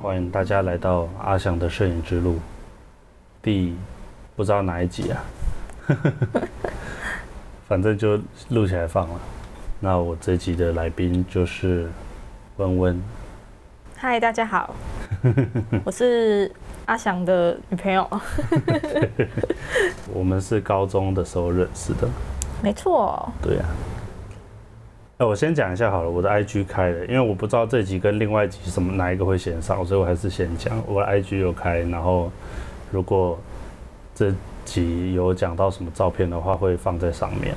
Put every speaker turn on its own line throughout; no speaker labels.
欢迎大家来到阿翔的摄影之路第不知道哪一集啊， 反正就录起来放了。那我这集的来宾就是温温，
嗨，大 家好，我是阿翔的女朋友，
我们是高中的时候认识的，
没错，
对呀、哎，我先讲一下好了，我的 IG 开了，因为我不知道这集跟另外一集什么哪一个会先上，所以我还是先讲。我的 IG 有开，然后如果这集有讲到什么照片的话，会放在上面。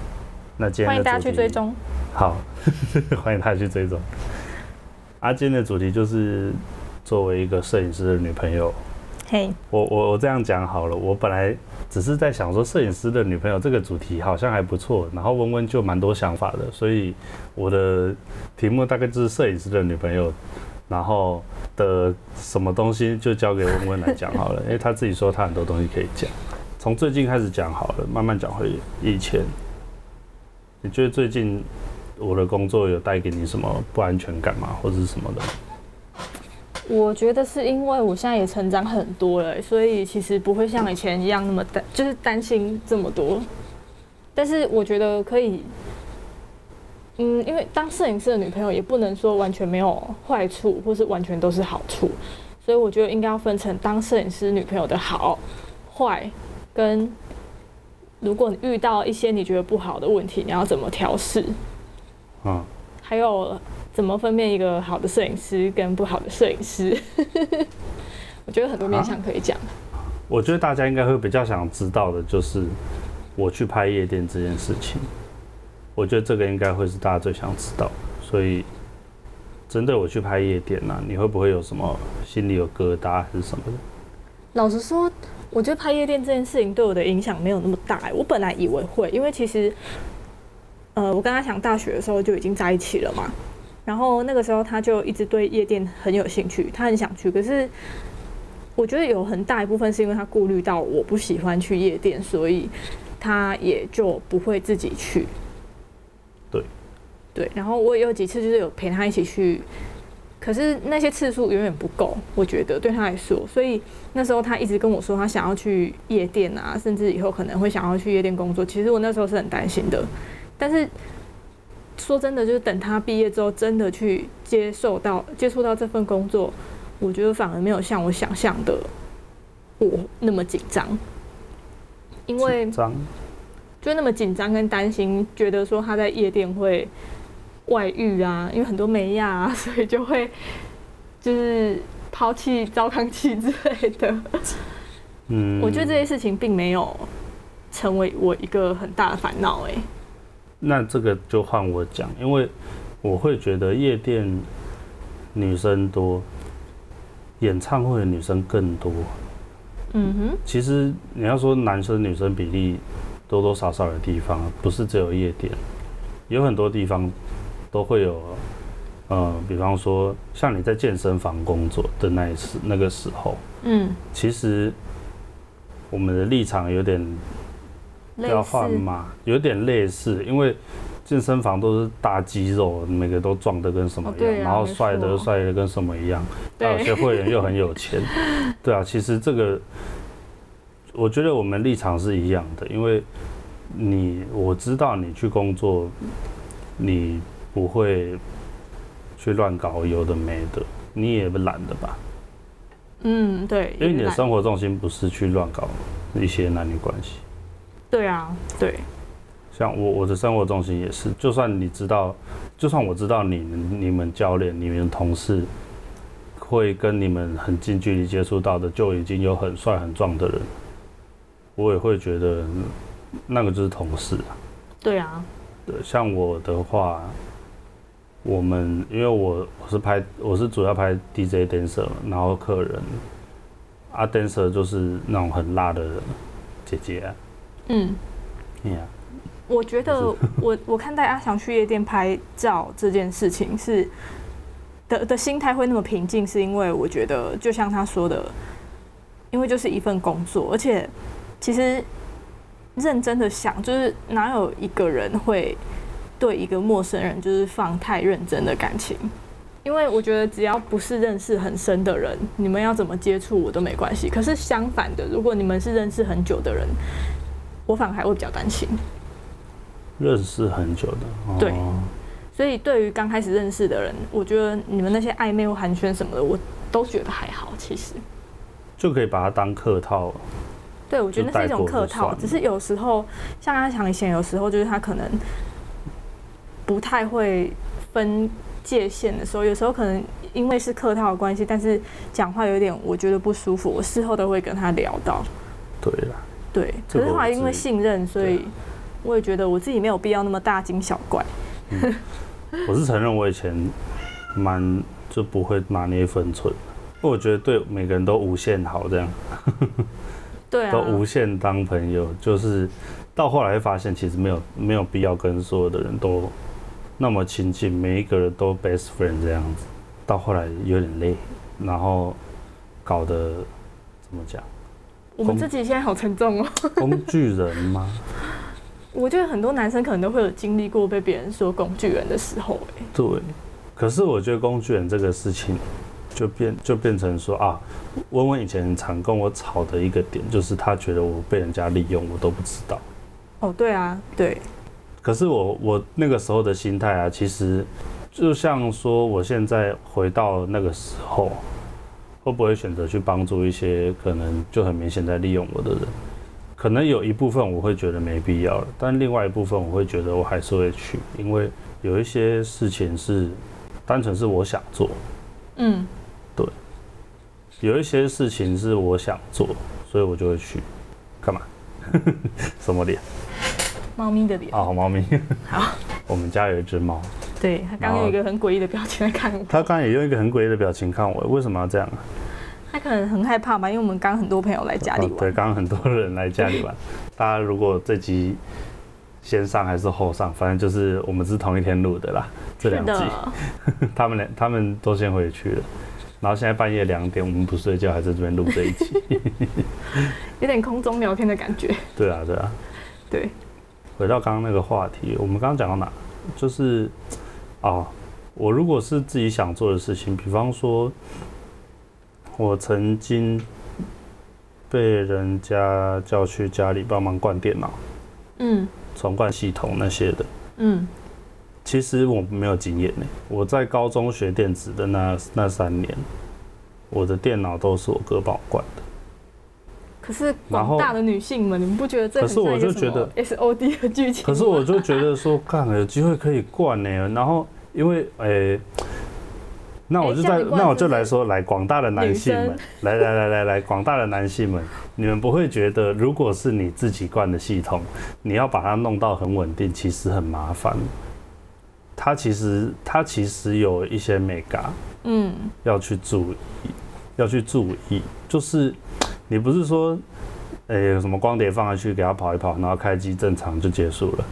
那今
欢
天
迎
的
大家
主
去
题
追踪。
好， 欢迎大家去追踪。阿、啊、今天的主题就是作为一个摄影师的女朋友，
嘿，
我我我这样讲好了，我本来只是在想说，摄影师的女朋友这个主题好像还不错，然后温温就蛮多想法的，所以我的题目大概就是摄影师的女朋友，然后的什么东西就交给温温来讲好了，因为她自己说她很多东西可以讲，从最近开始讲好了，慢慢讲回以前。你觉得最近我的工作有带给你什么不安全感吗，或者是什么的？
我觉得是因为我现在也成长很多了，所以其实不会像以前一样那么担，就是担心这么多。但是我觉得可以，嗯，因为当摄影师的女朋友也不能说完全没有坏处，或是完全都是好处，所以我觉得应该要分成当摄影师女朋友的好、坏，跟如果你遇到一些你觉得不好的问题，你要怎么调试。
嗯，
还有怎么分辨一个好的摄影师跟不好的摄影师？ 我觉得很多面向可以讲。
我觉得大家应该会比较想知道的就是我去拍夜店这件事情，我觉得这个应该会是大家最想知道的。所以，针对我去拍夜店呢、你会不会有什么心里有疙瘩还是什么的？
老实说，我觉得拍夜店这件事情对我的影响没有那么大、欸。我本来以为会，因为其实，呃，我跟他想大学的时候就已经在一起了嘛。然后那个时候他就一直对夜店很有兴趣，他很想去。可是我觉得有很大一部分是因为他顾虑到我不喜欢去夜店，所以他也就不会自己去。
对，
对。然后我也有几次就是有陪他一起去，可是那些次数远远不够，我觉得对他来说，所以。那时候他一直跟我说他想要去夜店啊，甚至以后可能会想要去夜店工作。其实我那时候是很担心的，但是说真的，就是等他毕业之后，真的去接受到接触到这份工作，我觉得反而没有像我想象的我那么紧张，因为
紧张，
就那么紧张跟担心，觉得说他在夜店会外遇啊，因为很多美亚啊，所以就会就是抛弃糟糠妻之类的。
嗯，
我觉得这些事情并没有成为我一个很大的烦恼。哎，
那这个就换我讲，因为我会觉得夜店女生多，演唱会的女生更多。
嗯哼，
其实你要说男生女生比例多多少少的地方，不是只有夜店，有很多地方都会有。呃，比方说像你在健身房工作的那一时那个时候，
嗯，
其实我们的立场有点
类
要换
似，
嘛，有点类似，因为健身房都是大肌肉，每个都壮得跟什么
哦
一样，
对啊
然后
没
帅的
错
帅的跟什么一样，还有些
对，
啊会员又很有钱，对啊，其实这个我觉得我们立场是一样的，因为你我知道你去工作，你不会去乱搞有的没的，你也懒得吧，
嗯，对，
因为你
原
的
来
生活重心不是去乱搞一些男女关系。
对啊，对，
像我我的生活重心也是，就算你知道，就算我知道你你们教练、你们同事会跟你们很近距离接触到的，就已经有很帅很壮的人，我也会觉得嗯那个就是同事啊。
对啊，
对，像我的话，我们因为我我是拍我是主要拍 DJ dancer，嘛然后客人啊 dancer 就是那种很辣的姐姐、啊，
嗯，
哎呀、
我觉得我 我看待阿翔去夜店拍照这件事情是的的心态会那么平静，是因为我觉得就像他说的，因为就是一份工作，而且其实认真的想，就是哪有一个人会对一个陌生人就是放太认真的感情？因为我觉得只要不是认识很深的人，你们要怎么接触我都没关系。可是相反的，如果你们是认识很久的人，我反而还会比较担心。
认识很久的，
对
哦
所以对于刚开始认识的人，我觉得你们那些暧昧或寒暄什么的，我都觉得还好。其实，
就可以把它当客套了。
对我觉得那是一种客套，
就带过就算了
只是有时候像阿强以前，有时候就是他可能不太会分界限的时候，有时候可能因为是客套的关系，但是讲话有点我觉得不舒服，我事后都会跟他聊到。
对啦，
对，
这个
可是后来
我
因为
自己
信任，所
对
以我也觉得我自己没有必要那么大惊小怪。
我是承认我以前蛮就不会拿捏分寸的，因为我觉得对每个人都无限好，这样
对啊，
都无限当朋友，就是到后来会发现其实没有没有必要跟所有的人都那么亲近，每一个人都 best friend 这样子，到后来有点累，然后搞得怎么讲，
我们自己现在好沉重哦。
工具人吗？
我觉得很多男生可能都会有经历过被别人说工具人的时候、哎，
对，可是我觉得工具人这个事情，就变就变成说啊，温温以前很常跟我吵的一个点，就是她觉得我被人家利用，我都不知道。
哦，对啊，对，
可是我我那个时候的心态啊，其实就像说我现在回到那个时候，会不会选择去帮助一些可能就很明显在利用我的人？可能有一部分我会觉得没必要了，但另外一部分我会觉得我还是会去，因为有一些事情是单纯是我想做，
嗯，
有一些事情是我想做，所以我就会去。干嘛？ 什么脸？
猫咪的脸，
啊，好猫咪。
好，
我们家有一只猫，
对他刚刚有一个很诡异的表情在看我，
它刚才也用一个很诡异的表情看我，为什么要这样啊？
他可能很害怕吧，因为我们刚刚很多朋友来家里
哦对，
玩，
刚刚很多人来家里 玩。大家如果这集先上还是后上，反正就是我们是同一天录的啦。这
是
两集，
的，
他们两他们都先回去了。然后现在半夜两点，我们不睡觉还在这边录这一集。
有点空中聊天的感觉，
对啊，对啊。
对，
回到刚刚那个话题，我们刚刚讲到哪？就是啊，我如果是自己想做的事情，比方说，我曾经被人家叫去家里帮忙灌电脑、
嗯
重灌系统那些的。
嗯，
其实我没有经验呢。我在高中学电子的那那三年，我的电脑都是我哥帮我灌的。
可是
然后
广大的女性们，你们不觉得这很像一
可是我
个
就觉
什
得
么 S O D 的剧情吗？
可是我就觉得说，干有机会可以灌呢、然后因为诶、那我就
哎
在、
叫你灌
那我
是
就
不是
来说，来广大的男性
女
们
生，
来来来来来，广大的男性们，你们不会觉得，如果是你自己灌的系统，你要把它弄到很稳定，其实很麻烦。它其实它其实有一些美感，
嗯，
要去注意，要去注意，就是你不是说，诶、有什么光碟放下去给它跑一跑，然后开机正常就结束了。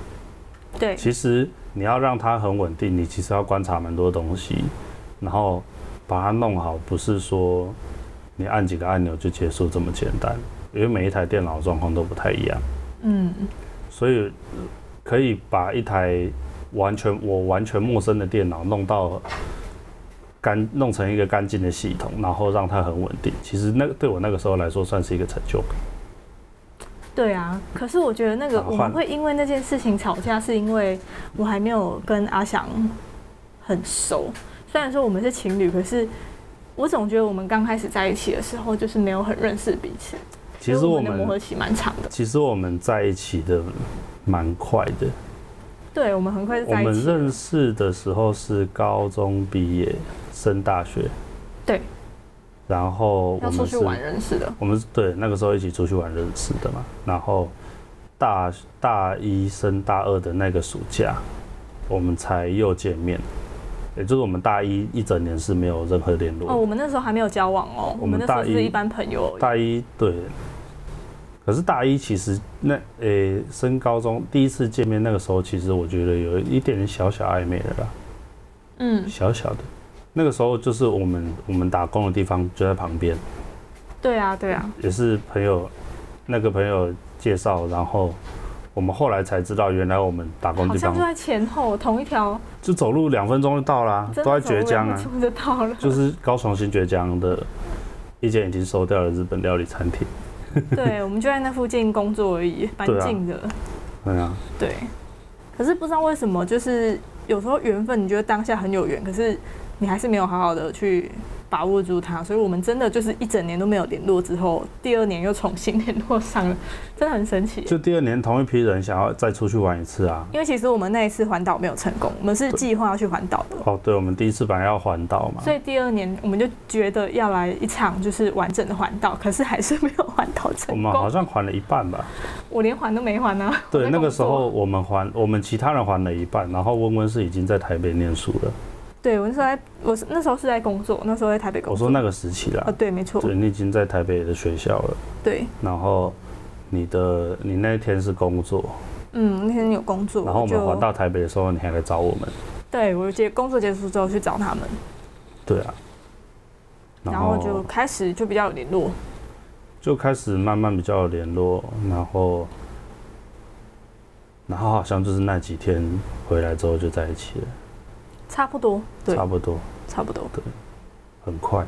对，
其实你要让它很稳定，你其实要观察蛮多东西，然后把它弄好，不是说你按几个按钮就结束这么简单，因为每一台电脑状况都不太一样，
嗯，
所以呃可以把一台完全我完全陌生的电脑弄到干弄成一个干净的系统，然后让它很稳定。其实那个对我那个时候来说算是一个成就感。
对啊，可是我觉得那个
啊
我
换
们
了
会因为那件事情吵架，是因为我还没有跟阿翔很熟。虽然说我们是情侣，可是我总觉得我们刚开始在一起的时候，就是没有很认识彼此。
其实
所以
我
我们的磨合
们
期蛮长的，
其实我们在一起的蛮快的，
对我们很快就
我
在一
们
起。
认识的时候是高中毕业升大学，
对，
然后我
要出
们
去
是，
玩认识的，
我们是对那个时候一起出去玩认识的嘛，然后大大一升大二的那个暑假，我们才又见面，也就是我们大一一整年是没有任何联络的
哦，我们那时候还没有交往哦，
我
我
们
们那时候
大
只
一
是一般朋友而已。
大一对，可是大一其实那诶、升高中第一次见面那个时候，其实我觉得有一点小小暧昧的啦。
嗯，
小小的。那个时候就是我们我们打工的地方就在旁边，
对啊，对啊，
也是朋友那个朋友介绍，然后我们后来才知道，原来我们打工
好
地
像
方
就在前后同一条，
就走路两分钟就到啦，
真
都在
的
绝江啊，
出得到了。
就是高雄新绝江的一间已经收掉的日本料理餐厅。
对，我们就在那附近工作而已，蛮
对啊
近的。
对啊，
对，可是不知道为什么，就是有时候缘分，你觉得当下很有缘，可是你还是没有好好的去把握住它。所以我们真的就是一整年都没有联络，之后第二年又重新联络上了， 真的很神奇。
就第二年同一批人想要再出去玩一次啊。
因为其实我们那一次环岛没有成功，我们是计划要去环岛的，
哦，对，我们第一次本来要环岛嘛，
所以第二年我们就觉得要来一场就是完整的环岛，可是还是没有环岛
我
成
们哦好
功。
像环了一半吧。
我连环都没环啊呢。我
对，
在
那个
工
时
作
候我们还我们其他人还了一半，然后温温是已经在台北念书了。
对我那时候在，我是那时候是在工作，那时候在台北工
我
作。
说那个时期啦
嗯啊，，对，没错，
对你已经在台北的学校了，
对，
然后你的你那天是工作，
嗯，那天有工作，
然后我们
就
还到台北的时候，你还来找我们，
对我结工作结束之后去找他们，
对啊，
然后就开始就比较有联络，
就开始慢慢比较有联络，然后然后好像就是那几天回来之后就在一起了，
差不多，对
差，不多
差不多，
很快，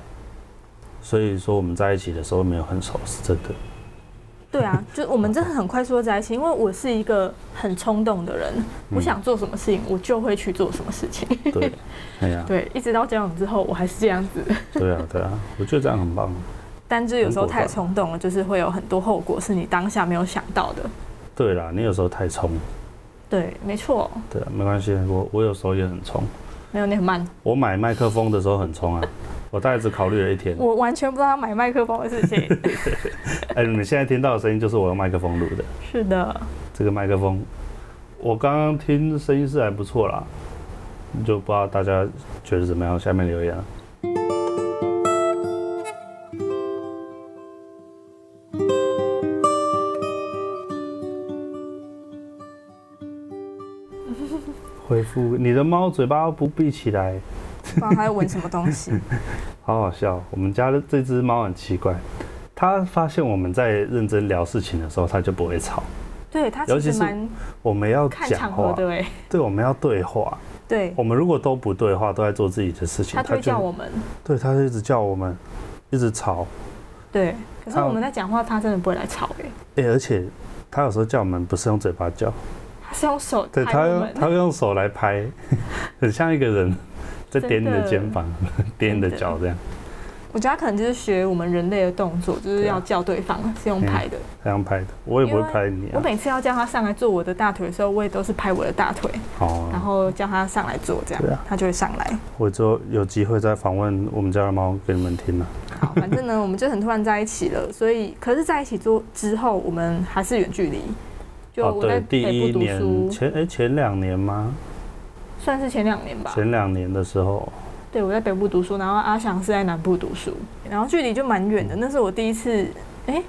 所以说我们在一起的时候没有很熟，是真的。
对 啊，就我们真的很快速的在一起，因为我是一个很冲动的人，
嗯
我想做什么事情我就会去做什么事情，
对，哎呀、
对，一直到交往之后我还是这样子，
对啊，对啊，我觉得这样很棒。
但就是有时候
很果断
太冲动了，就是会有很多后果是你当下没有想到的，
对啦，你有时候太冲，
对，没错，
对啊，没关系，我我有时候也很冲。
没有你很慢，
我买麦克风的时候很冲啊，我大概只考虑了一天。
我完全不知道他买麦克风的事情，
哎、你们现在听到的声音就是我用麦克风录的。
是的，
这个麦克风，我刚刚听声音是还不错啦，就不知道大家觉得怎么样，下面留言啊。回复你的猫嘴巴不闭起来，
不知道他在闻什么东西，
好好笑。我们家的这只猫很奇怪，它发现我们在认真聊事情的时候，它就不会吵。
对他
尤
其
其
实
是
蛮
我们要
看
讲
场合
话，
的哎。
对，我们要对话。
对，
我们如果都不对话，都在做自己哦的事情，
他就会叫我们。
对，他就一直叫我们，一直吵，
对，可是
他
我们在讲话，他真的不会来吵
哎、
哎、
而且他有时候叫我们不是用嘴巴叫，
他是用手
对
拍
他
我
用
们。
他会用手来拍， 很像一个人在
真
点你的
的
肩 膀，点你的
真的
脚这样，
我觉得他可能就是学我们人类的动作，就是
对啊嗯
要叫对方是用拍的。
这样拍的，我也不
因
会
为
拍你
我
啊。
每次要叫他上来坐我的大腿的时候，我也都是拍我的大腿，然
哦，
后叫他上来坐，这样、
对啊
他就会上来。
我之后有机会再访问我们家的猫给你们听啊了。
好，反正呢，我们就很突然在一起了，所以可是在一起之后之后，我们还是远距离。就
哦，
我在
对，第
北
一
部读
年
书，
前哎、前两年吗？
算是前两年吧。
前两年的时候，
对，我在北部读书，然后阿翔是在南部读书，然后距离就蛮远的。那是我第一次，哎、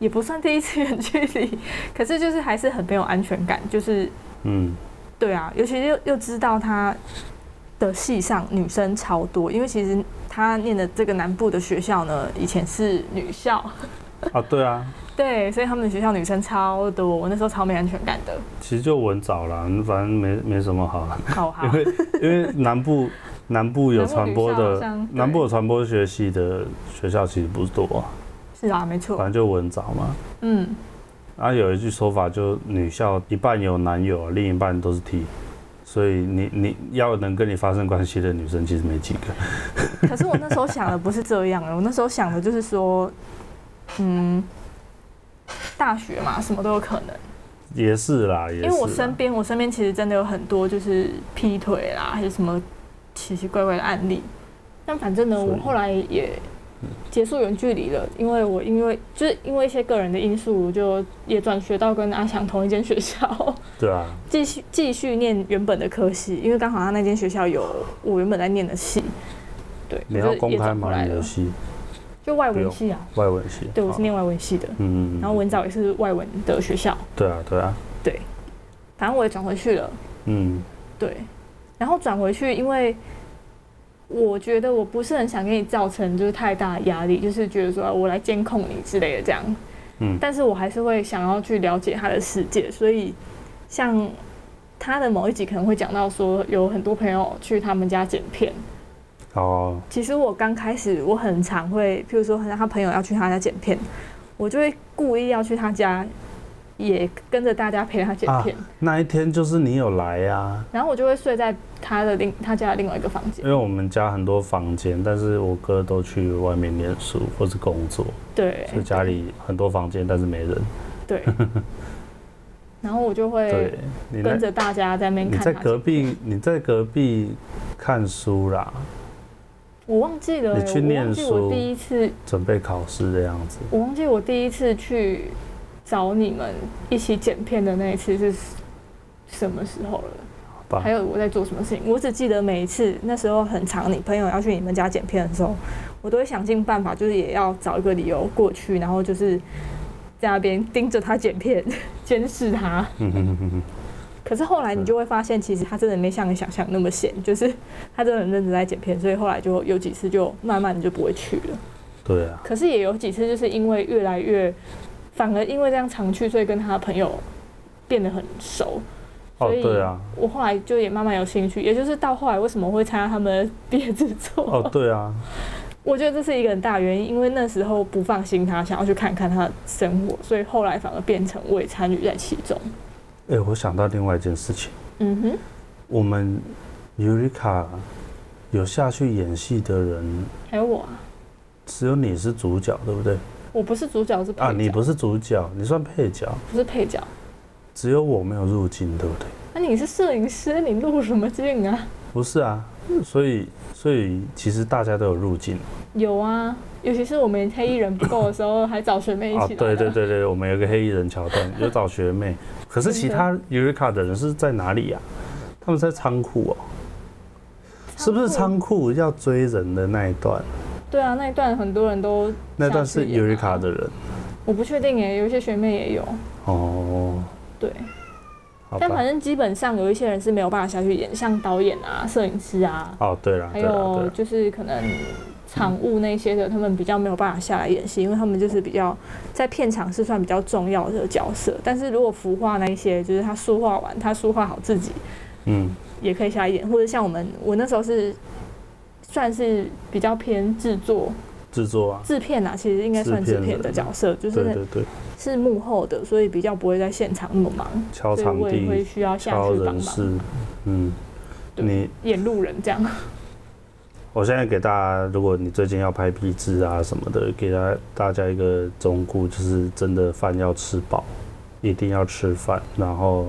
也不算第一次远距离，可是就是还是很没有安全感。就是
嗯，
对啊，尤其是又又知道他的系上女生超多，因为其实他念的这个南部的学校呢，以前是女校，
啊，对啊，
对，所以他们学校女生超多，我那时候超没安全感的。
其实就文藻啦，反正没没什么好。
好好
因， 为因为南部南部有传播
啊南
的
部女校好像对
南部有传播学系的学校其实不多、啊，
是啊，没
反
错，
正就文藻嘛。
嗯，
啊，有一句说法就女校一半有男友，另一半都是 T，所以你你要能跟你发生关系的女生其实没几个。
可是我那时候想的不是这样的，我那时候想的就是说，嗯，大学嘛，什么都有可能。
也是啦，也
因
是啦。啊
为我身边，我身边其实真的有很多就是劈腿啦，还是什么奇奇怪怪的案例。但反正呢，
所以
我后来也结束远距离了，因为我因为就是因为一些个人的因素，我就也转学到跟阿翔同一间学校，
对啊，
继续继续念原本的科系，因为刚好他那间学校有我原本在念的系。对，
你
我
要
就
公
也
开
转过
吗？
来
你
了
的系
就外
不
文
用
系啊。
外文系。
对，我是
好
念外文系的，
哦嗯，
然后文藻也是外文的学校，
对啊对啊，
反正我也转回去了。
嗯，
对，然后转回去，因为我觉得我不是很想给你造成就是太大的压力，就是觉得说啊我来监控你之类的这样。
嗯
但是我还是会想要去了解他的世界，所以像他的某一集可能会讲到说，有很多朋友去他们家剪片。
哦，
其实我刚开始我很常会，譬如说，他朋友要去他家剪片，我就会故意要去他家，也跟着大家陪他剪片，
那一天就是你有来啊，
然后我就会睡在他的另他家的另外一个房间
因。为我们家很多房间，但是我哥都去外面念书或是工作，
对，
所以家里很多房间，但是没人。
对。然后我就会
对，你那
跟着大家在那边
你
看
在
他
隔
剪
壁，你在隔壁看书啦，
我忘记了欸、
你去
我
念
忘记
书
我第一次，
准备考试的样子。
我忘记我第一次去找你们一起剪片的那一次是什么时候了？
好吧
还，有我在做什么事情？我只记得每一次那时候很长，你朋友要去你们家剪片的时候，我都会想尽办法，就是也要找一个理由过去，然后就是在那边盯着他剪片， 监视他。
嗯哼哼哼哼
可是后来你就会发现，其实他真的没像你想象那么闲，就是他真的很认真在剪片，所以后来就有几次就慢慢你就不会去了。
对啊，
可是也有几次就是因为越来越，反而因为这样常去，所以跟他的朋友变得很熟。
哦
所以
对啊，
我后来就也慢慢有兴趣，也就是到后来为什么会参加他们的毕业制作，
哦对啊，
我觉得这是一个很大原因，因为那时候不放心他，想要去看看他的生活，所以后来反而变成我也参与在其中。
哎、我想到另外一件事情，
嗯哼，
我们尤里卡有下去演戏的人，
还有我啊，
只有你是主角，对不对？
我不是主角，是配角，
啊，你不是主角，你算配角，
不是配角。
只有我没有入镜，对不对？
那、你是摄影师，你录什么镜啊？
不是啊，所以所以其实大家都有入镜
有啊，尤其是我们黑衣人不够的时候，还找学妹一
啊，
起来、
对对，对对，我们有一个黑衣人桥 段，有找学妹，可是其他尤里卡的人是在哪里呀、啊他们在仓库哦，是不是仓库要追人的那一段？
对啊，那一段很多人都
那段是
下去演
尤
啊
里卡的人
我不确定耶，有一些学妹也有，
哦，
对。
好
但反
吧。
正基本上有一些人是没有办法下去演，像导演啊、摄影师啊，
哦，对了，
还
对了，对
有
啦
就是可能场务那些的，他们比较没有办法下来演戏，因为他们就是比较在片场是算比较重要的角色。但是如果服化那一些，就是他书画完，他书画好自己
嗯，
也可以下来演，或者像我们，我那时候是算是比较偏制作
制作啊，
制片啊，其实应该算
制
制
片
片
的
的角色，
对
就是
对对，
是幕后的，所以比较不会在现场那么忙。
敲
所以
场
我也会
地、
需要下
敲
去帮
人
忙，
事，嗯，
对
你
演路人这样。
我现在给大家，如果你最近要拍壁纸啊什么的，给大大家一个忠告，就是真的饭要吃饱，一定要吃饭，然后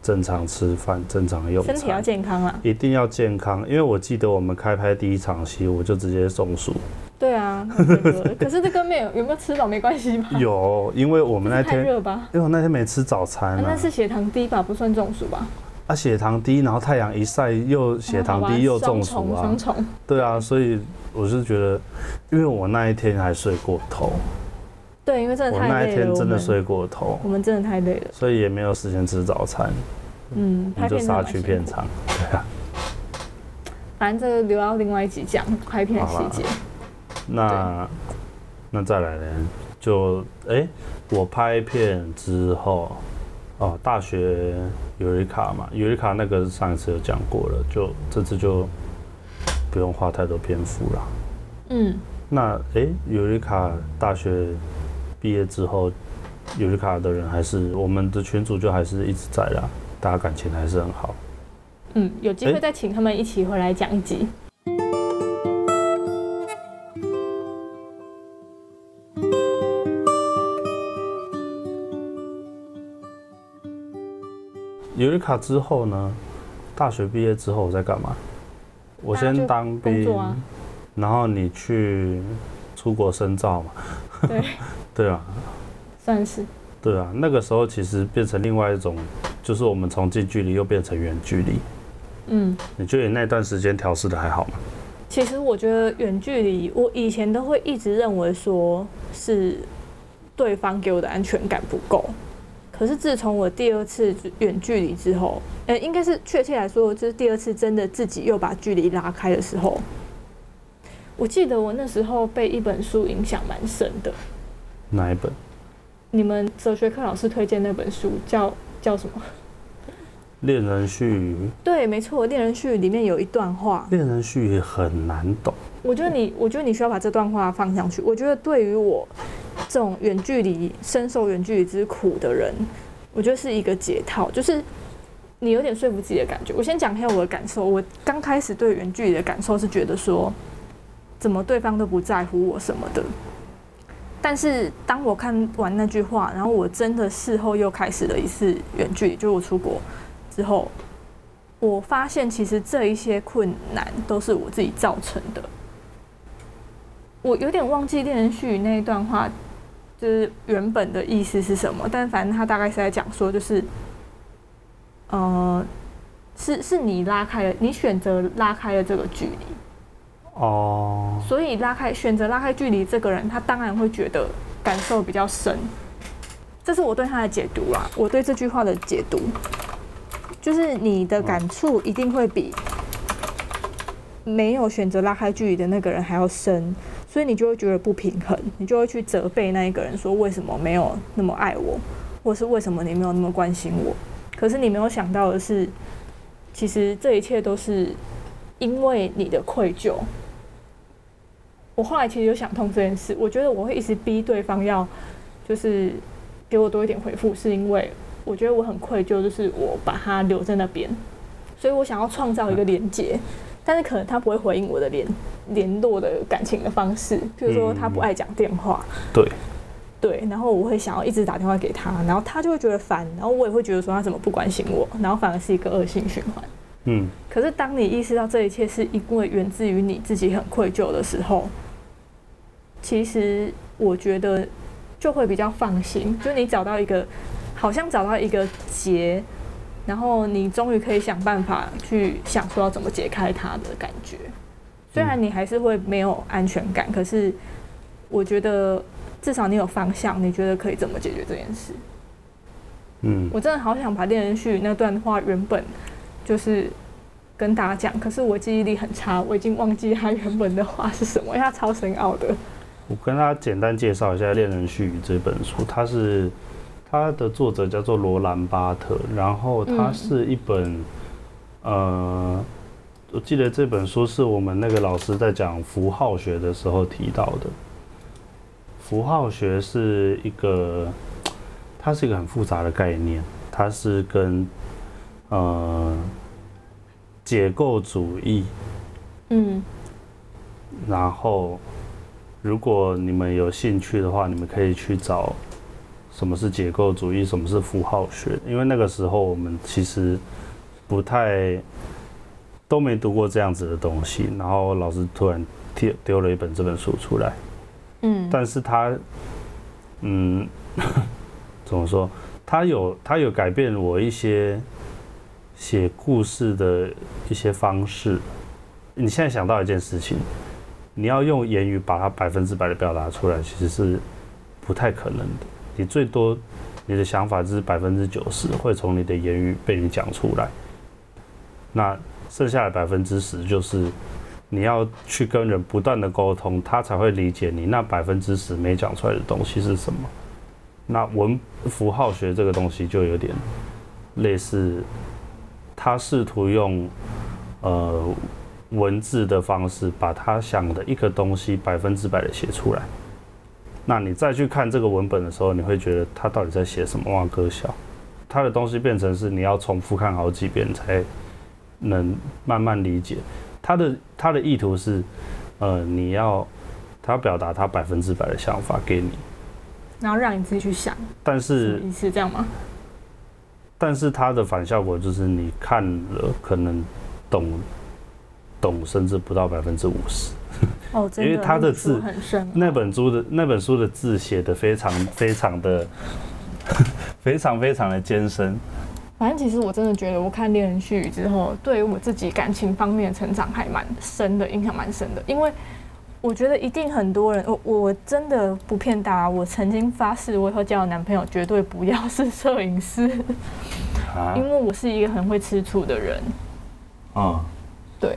正常吃饭，正常用
身体要
餐，
健康啊，
一定要健康。因为我记得我们开拍第一场戏，我就直接中 暑。
对啊。那 这个可是这跟没有有没有吃饱没关系吧？
有，因为我
我
们那
太
天，
热吧？
因为我那天没吃早餐
啊那
啊，
是血糖低吧？不算中暑吧？
啊血糖低，然后太阳一晒又血
哦
糖
好吧
低又中暑啊
双重，双重
对啊，所以我是觉得，因为我那一天还睡过头，
对，因为真的
我
太
那一
累了。
天
我
真的
们
睡过头
我。们真的太累了。
所以也没有时间吃早餐，
嗯，
我
拍
们就
片真的
杀
蛮
去
辛苦
片。场。
反正这个留到另外一集讲拍片的
好啦
细节。
那那再来呢？就哎、我拍片之后，哦，大学尤里卡嘛，尤里卡那个上一次有讲过了，就这次就不用花太多篇幅啦。
嗯，
那哎、尤里卡大学毕业之后，尤里卡的人还是我们的群主就还是一直在啦，大家感情还是很好。
嗯，有机
哎
会再请他们一起回来讲一集。
尤里卡之后呢？大学毕业之后我在干嘛？我
大家
先
就
当
工
兵，
作啊
然后你去出国深造嘛？
对，
对啊，
算是
对啊。那个时候其实变成另外一种，就是我们从近距离又变成远距离。
嗯。
你觉得你那段时间调试的还好吗？
其实我觉得远距离，我以前都会一直认为说是对方给我的安全感不够。可是自从我第二次远距离之后，呃，应该是确切来说，就是第二次真的自己又把距离拉开的时候，我记得我那时候被一本书影响蛮深的，
哪一本？
你们哲学课老师推荐那本书叫叫什么？
恋人序，
对，没错，《恋人序》里面有一段话，
恋人序也很难懂。
我觉得你，我觉得你需要把这段话放上去。我觉得对于我这种远距离深受远距离之苦的人，我觉得是一个解套，就是你有点说服自己的感觉。我先讲一下我的感受，我刚开始对远距离的感受是觉得说，怎么对方都不在乎我什么的。但是当我看完那句话，然后我真的事后又开始了一次远距离，就是我出国之后，我发现其实这一些困难都是我自己造成的。我有点忘记《恋人絮语》那一段话，就是原本的意思是什么，但反正他大概是在讲说，就是，呃，是是你拉开了，你选择拉开了这个距离，
哦，
所以拉开选择拉开距离，这个人他当然会觉得感受比较深。这是我对他的解读啦，我对这句话的解读，就是你的感触一定会比没有选择拉开距离的那个人还要深，所以你就会觉得不平衡，你就会去责备那一个人说为什么没有那么爱我，或是为什么你没有那么关心我。可是你没有想到的是，其实这一切都是因为你的愧疚，我后来其实有想通这件事，我觉得我会一直逼对方要，就是给我多一点回复，是因为我觉得我很愧疚，就是我把他留在那边，所以我想要创造一个连接，但是可能他不会回应我的联联络的感情的方式，譬如说他不爱讲电话，
对，
对，然后我会想要一直打电话给他，然后他就会觉得烦，然后我也会觉得说他怎么不关心我，然后反而是一个恶性循环。
嗯，
可是当你意识到这一切是因为源自于你自己很愧疚的时候，其实我觉得就会比较放心，就你找到一个好像找到一个结，然后你终于可以想办法去想说要怎么解开它的感觉。虽然你还是会没有安全感，可是我觉得至少你有方向，你觉得可以怎么解决这件事。
嗯，
我真的好想把恋人絮那段话原本就是跟大家讲，可是我记忆力很差，我已经忘记他原本的话是什么，因为他超深奥的。
我跟大家简单介绍一下《恋人絮语》这本书，它是它的作者叫做罗兰巴特，然后它
嗯
是一本、呃，我记得这本书是我们那个老师在讲符号学的时候提到的。符号学是一个，它是一个很复杂的概念，它是跟呃解构主义
嗯
然后，如果你们有兴趣的话，你们可以去找什么是解构主义，什么是符号学，因为那个时候我们其实不太都没读过这样子的东西。然后老师突然丢丢了一本这本书出来，
嗯，
但是他，嗯， 怎么说？他有他有改变我一些写故事的一些方式。你现在想到一件事情，你要用言语把它百分之百的表达出来，其实是不太可能的。你最多你的想法就是百分之九十会从你的言语被你讲出来，那剩下的百分之十就是你要去跟人不断的沟通，他才会理解你那百分之十没讲出来的东西是什么。那文符号学这个东西就有点类似，他试图用呃文字的方式把他想的一个东西百分之百的写出来。那你再去看这个文本的时候，你会觉得他到底在写什么？哇，哥笑，他的东西变成是你要重复看好几遍才能慢慢理解。他的他的意图是，呃，你要他表达他百分之百的想法给你，
然后让你自己去想，
但
什
是
么意思这样吗？
但是它的反效果就是你看了可能懂懂甚至不到百分之五十。
哦，真的，
因为他的字
那本书嗯很深，
那本书的那本书的字写的非常非常的 非常非常的艰深，
反正其实我真的觉得，我看《恋人絮语》之后，对于我自己感情方面的成长还蛮深的，影响蛮深的。因为我觉得一定很多人，哦我我真的不骗大家，我曾经发誓，我以后交的男朋友绝对不要是摄影师，
啊
因为我是一个很会吃醋的人。
嗯
对，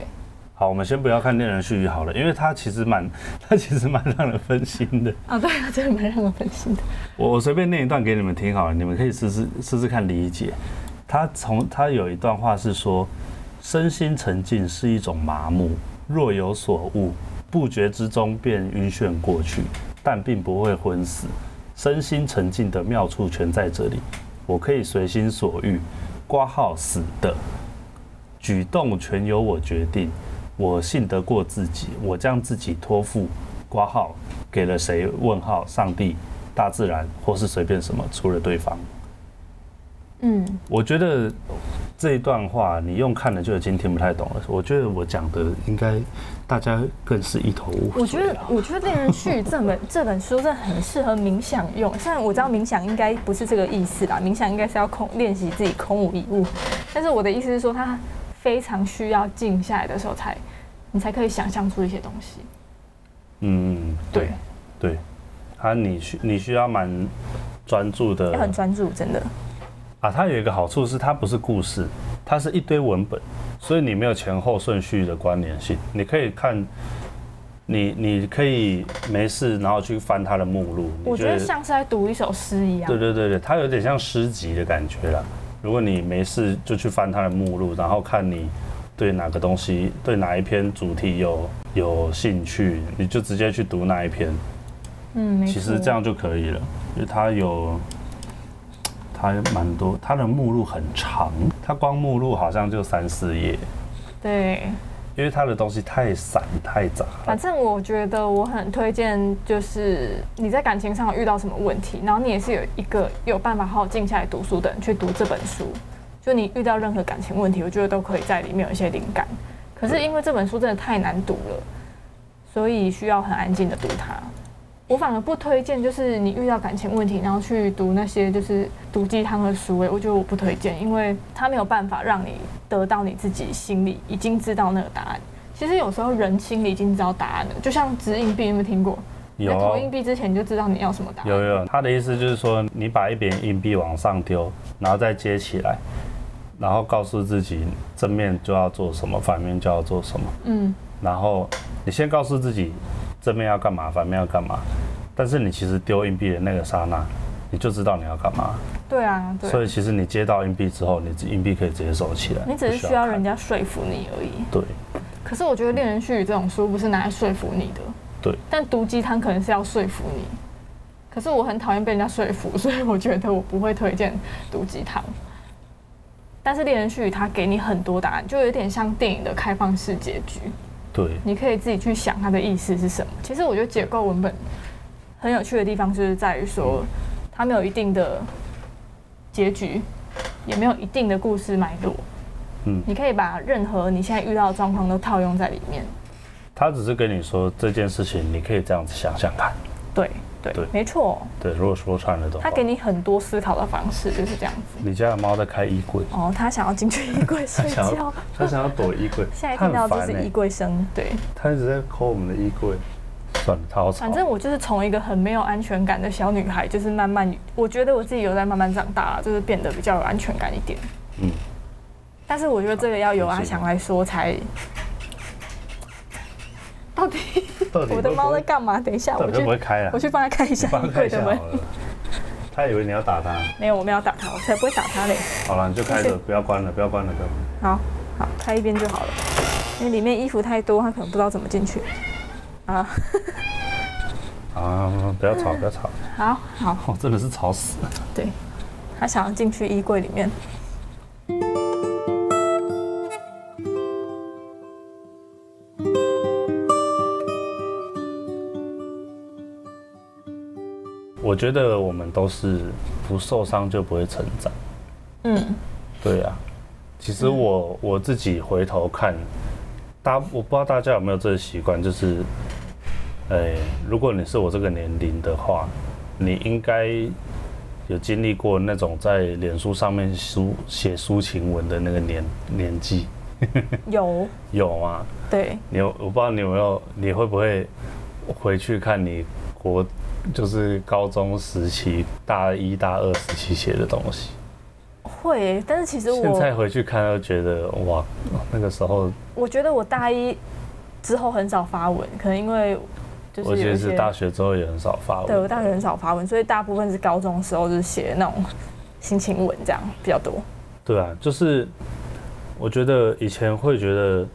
好，我们先不要看《恋人絮语》好了，因为它其实蛮，它其实蛮让人分心的。
啊，对啊，真的蛮让人分心的。
我我随便念一段给你们听好了，你们可以试试试试看理解。他从他有一段话是说，身心沉浸是一种麻木，若有所悟，不觉之中便晕眩过去，但并不会昏死。身心沉浸的妙处全在这里，我可以随心所欲，挂号死的举动全由我决定，我信得过自己，我将自己托付挂号给了谁？问号上帝、大自然，或是随便什么，除了对方。
嗯，
我觉得这一段话你用看了就已经听不太懂了。我觉得我讲的应该大家更是一头雾水啊。
我觉得我觉得《恋人絮语》这本这本书真的很适合冥想用。虽然我知道冥想应该不是这个意思啦，冥想应该是要空练习自己空无一物，但是我的意思是说，它非常需要静下来的时候才你才可以想象出一些东西。
嗯，对对，他你需你需要蛮专注的
要很专注，真的。
啊。它有一个好处是它不是故事，它是一堆文本，所以你没有前后顺序的关联性。你可以看，你你可以没事然后去翻它的目录，你
我觉得像是在读一首诗一样。
对对对对，它有点像诗集的感觉啦。如果你没事就去翻它的目录，然后看你对哪个东西、对哪一篇主题有有兴趣，你就直接去读那一篇，
嗯，没错
其实这样就可以了，因为它有。它蛮多，它的目录很长，它光目录好像就三四页，
对。
因为它的东西太散太杂
反
了。
正我觉得我很推荐，就是你在感情上有遇到什么问题，然后你也是有一个有办法好好静下来读书的人去读这本书。就你遇到任何感情问题，我觉得都可以在里面有一些灵感。可是因为这本书真的太难读了，所以需要很安静的读它。我反而不推荐，就是你遇到感情问题，然后去读那些就是毒鸡汤的书、欸。我觉得我不推荐，因为它没有办法让你得到你自己心里已经知道那个答案。其实有时候人心里已经知道答案了，就像掷硬币，有没有听过？你在
有哦
投硬币之前你就知道你要什么答案。
有有，他的意思就是说，你把一边硬币往上丢，然后再接起来，然后告诉自己正面就要做什么，反面就要做什么。
嗯，
然后你先告诉自己正面要干嘛，反面要干嘛，但是你其实丢硬币的那个刹那，你就知道你要干嘛。
对啊，
所
对。
以其实你接到硬币之后，你硬币可以直接收起来，
你只
不
是需要
看
人家说服你而已。
对
可是我觉得《恋人絮语》这种书不是拿来说服你的，
对。
但毒鸡汤可能是要说服你。可是我很讨厌被人家说服，所以我觉得我不会推荐毒鸡汤。但是《恋人絮语》它给你很多答案，就有点像电影的开放式结局，
对，
你可以自己去想它的意思是什么。其实我觉得解构文本很有趣的地方就是在于说，
嗯
它没有一定的结局，也没有一定的故事脉络。
嗯
你可以把任何你现在遇到的状况都套用在里面。
他只是跟你说这件事情，你可以这样子想想看。
对对
对
没错，
对，如果说穿了的话，
他给你很多思考的方式，就是这样子。
你家的猫在开衣柜，
哦，他想要进去衣柜 睡
想
觉
要，它想要躲衣柜，
现在
它很
听到
烦
就是
欸
衣柜声。对，
他一直在抠我们的衣柜。算了，他好吵。
反正我就是从一个很没有安全感的小女孩，就是慢慢，我觉得我自己有在慢慢长大了，就是变得比较有安全感一点。
嗯，
但是我觉得这个要由
好
阿
谢谢
翔来说才。到底
到底
我的
会不
猫在
会
干嘛？等一下，
到
我
底会
去
不会开了？
我去帮他看一下
你帮
衣
他开
柜
一
的
下
门
好。了。他以为你要打他。
没有，我没有打他，我才不会打他嘞。
好了，你就开
没
着，
事
不要关了，不要关了，不要关了。
好，好，开一边就好了，因为里面衣服太多，他可能不知道怎么进去。啊，
啊，不要吵，不要吵。
好好，
哦，真的是吵死了。
对，他想要进去衣柜里 面。
我觉得我们都是不受伤就不会成长。
嗯，
对啊，其实我、我自己回头看，大我不知道大家有没有这个习惯，就是，哎、如果你是我这个年龄的话，你应该有经历过那种在脸书上面书写抒情文的那个年年纪，
有，
有吗？
对，
你有我不知道你有没有，你会不会回去看你国就是高中时期大一大二时期写的东西？
会欸，但是其实
现在
我
回去看，又觉得哇，那个时候
我觉得我大一之后很少发文，可能因为就是
我其
有一
实
些
是大学之后也很少发文。
对我大学很少发文，所以大部分是高中的时候就是写那种心情文这样比较多。
对啊，就是我觉得以前会觉得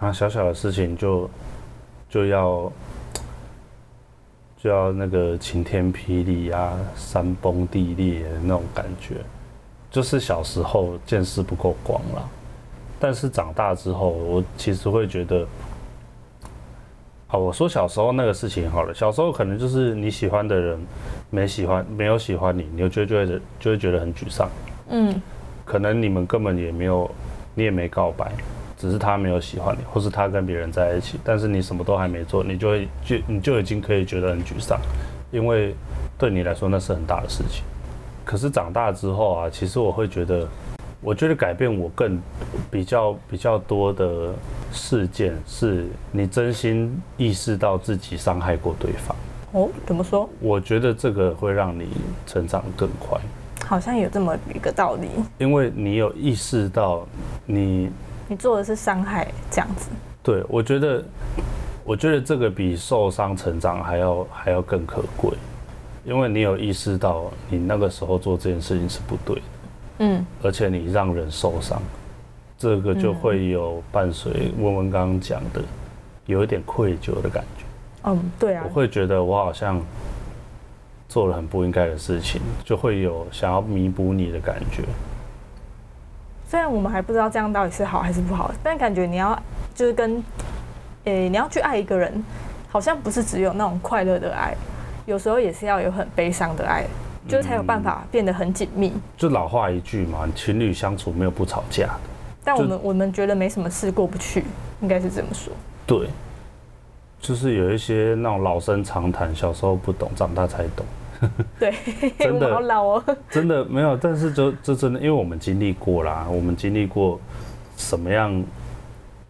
啊，小小的事情就就要就要那个晴天霹雳啊，山崩地裂的那种感觉，就是小时候见识不够广啦。但是长大之后，我其实会觉得，好，我说小时候那个事情好了，小时候可能就是你喜欢的人没喜欢，没有喜欢你，你就觉得就会就会觉得很沮丧。
嗯，
可能你们根本也没有，你也没告白，只是他没有喜欢你，或是他跟别人在一起，但是你什么都还没做，你就会就你就已经可以觉得很沮丧，因为对你来说那是很大的事情。可是长大之后啊，其实我会觉得，我觉得改变我更比较比较多的事件，是你真心意识到自己伤害过对方。
哦，怎么说？
我觉得这个会让你成长更快。
好像有这么一个道理，
因为你有意识到你
你做的是伤害这样子。
对我觉得，我觉得这个比受伤成长还要还要更可贵，因为你有意识到你那个时候做这件事情是不对的，
嗯，
而且你让人受伤，这个就会有伴随温温刚刚讲的，有一点愧疚的感觉。
嗯，对啊
我，会觉得我好像做了很不应该的事情，就会有想要弥补你的感觉。
虽然我们还不知道这样到底是好还是不好，但感觉你要就是跟，诶、你要去爱一个人，好像不是只有那种快乐的爱，有时候也是要有很悲伤的爱，就是才有办法变得很紧密。
就老话一句嘛，情侣相处没有不吵架的。
但我
就
们我们觉得没什么事过不去，应该是这么说。
对，就是有一些那种老生常谈，小时候不懂，长大才懂。
对，
真
我们
的
好 老哦。
真的没有，但是就这真的，因为我们经历过啦，我们经历过什么样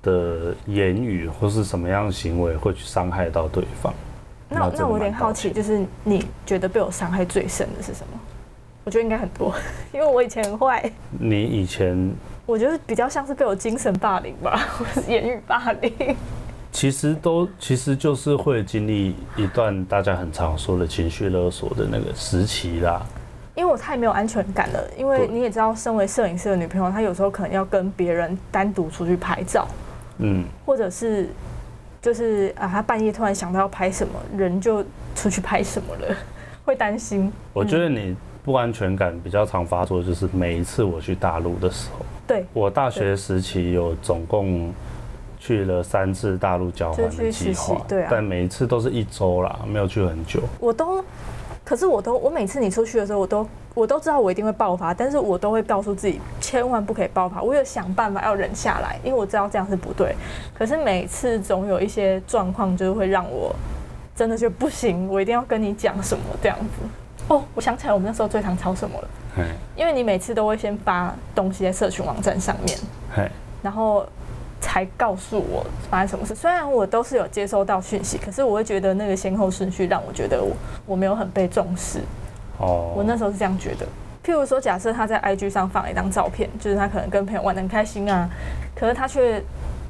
的言语或是什么样的行为会去伤害到对方。
那
真的
那我有点
蛮抱
好奇，
歉，
就是你觉得被我伤害最深的是什么？我觉得应该很多， 因为我以前很坏，
你以前
我觉得比较像是被我精神霸凌吧， 或是言语霸凌。
其实都其实就是会经历一段大家很常说的情绪勒索的那个时期啦。
因为我太没有安全感了，因为
对
你也知道，身为摄影师的女朋友，她有时候可能要跟别人单独出去拍照，
嗯，
或者是就是啊，她半夜突然想到要拍什么，人就出去拍什么了， 会担心。
我觉得你不安全感比较常发作，就是每一次我去大陆的时候，
对，
我大学时期有总共去了三次大陆交换
就是
的
去实
计
习
划，
对啊
但每一次都是一周啦，没有去很久。
我都，可是我都，我每次你出去的时候，我都我都知道我一定会爆发，但是我都会告诉自己，千万不可以爆发，我有想办法要忍下来，因为我知道这样是不对。可是每次总有一些状况，就是会让我真的觉得不行，我一定要跟你讲什么这样子。哦，我想起来，我们那时候最常吵什么了，
嘿，
因为你每次都会先发东西在社群网站上面，
嘿，
然后才告诉我发生什么事。虽然我都是有接收到讯息，可是我会觉得那个先后顺序让我觉得我我没有很被重视。
哦，
我那时候是这样觉得。譬如说，假设他在 IG 上放了一张照片，就是他可能跟朋友玩得很开心啊，可是他却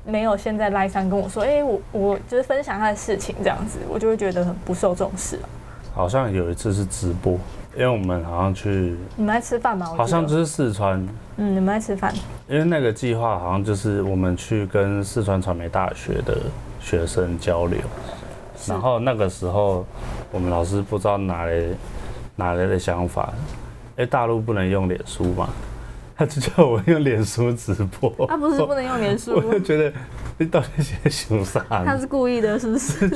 没有现在赖上跟我说，哎、我我就是分享他的事情这样子，我就会觉得很不受重视啊。
好像有一次是直播，因为我们好像去，
你们在吃饭吗？我
好像
记
就
得
是四川，
嗯，你们在吃饭，
因为那个计划好像就是我们去跟四川传媒大学的学生交流，然后那个时候我们老师不知道哪来哪来的想法，哎、大陆不能用脸书嘛，他就叫我用脸书直播，
他啊不是不能用 脸
我
书，
就觉得你到底写熊啥？
他是故意的，是不是？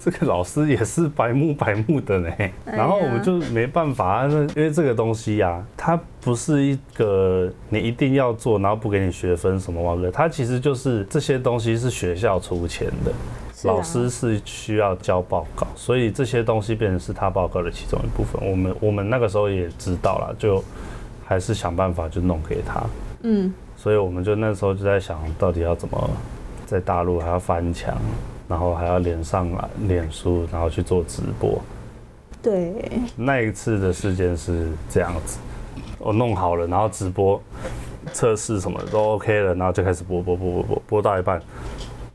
这个老师也是白目白目的呢。
哎呀
然后我们就没办法，啊那因为这个东西呀、它不是一个你一定要做，然后不给你学分什么玩的，它其实就是这些东西是学校出钱的。
是啊
老师是需要交报告，所以这些东西变成是他报告的其中一部分。我们我们那个时候也知道了，就还是想办法就弄给他。
嗯。
所以我们就那时候就在想，到底要怎么在大陆还要翻墙，然后还要连上来脸书，然后去做直播。
对，
那一次的事件是这样子，我弄好了，然后直播测试什么的都 OK 了，然后就开始播播播播播播到一半，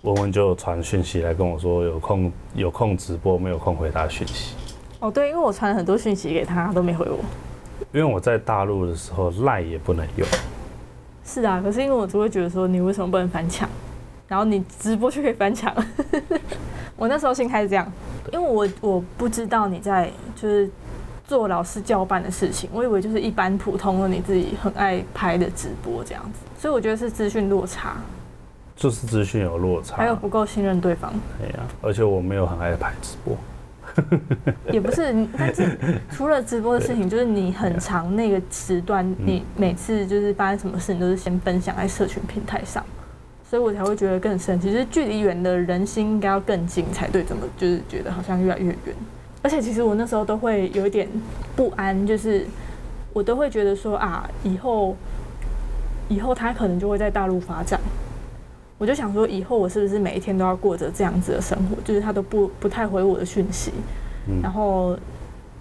文文就传讯息来跟我说有空有空直播，没有空回答讯息。
哦，对，因为我传了很多讯息给他，他都没回我。
因为我在大陆的时候赖也不能用，
是啊，可是因为我就会觉得说，你为什么不能翻墙？然后你直播就可以翻墙。 我那时候心态是这样，因为我我不知道你在就是做老师教班的事情，我以为就是一般普通的你自己很爱拍的直播这样子，所以我觉得是资讯落差，
就是资讯有落差。
还有不够信任对方，
哎呀，而且我没有很爱拍直播。
也不是。但是除了直播的事情，就是你很长那个时段，你每次就是发生什么事，你都是先分享在社群平台上，所以我才会觉得更生气。就是距离远的人心应该要更近才对，怎么就是觉得好像越来越远。而且其实我那时候都会有一点不安，就是我都会觉得说啊，以后以后他可能就会在大陆发展。我就想说，以后我是不是每一天都要过着这样子的生活？就是他都不不太回我的讯息，
嗯
然后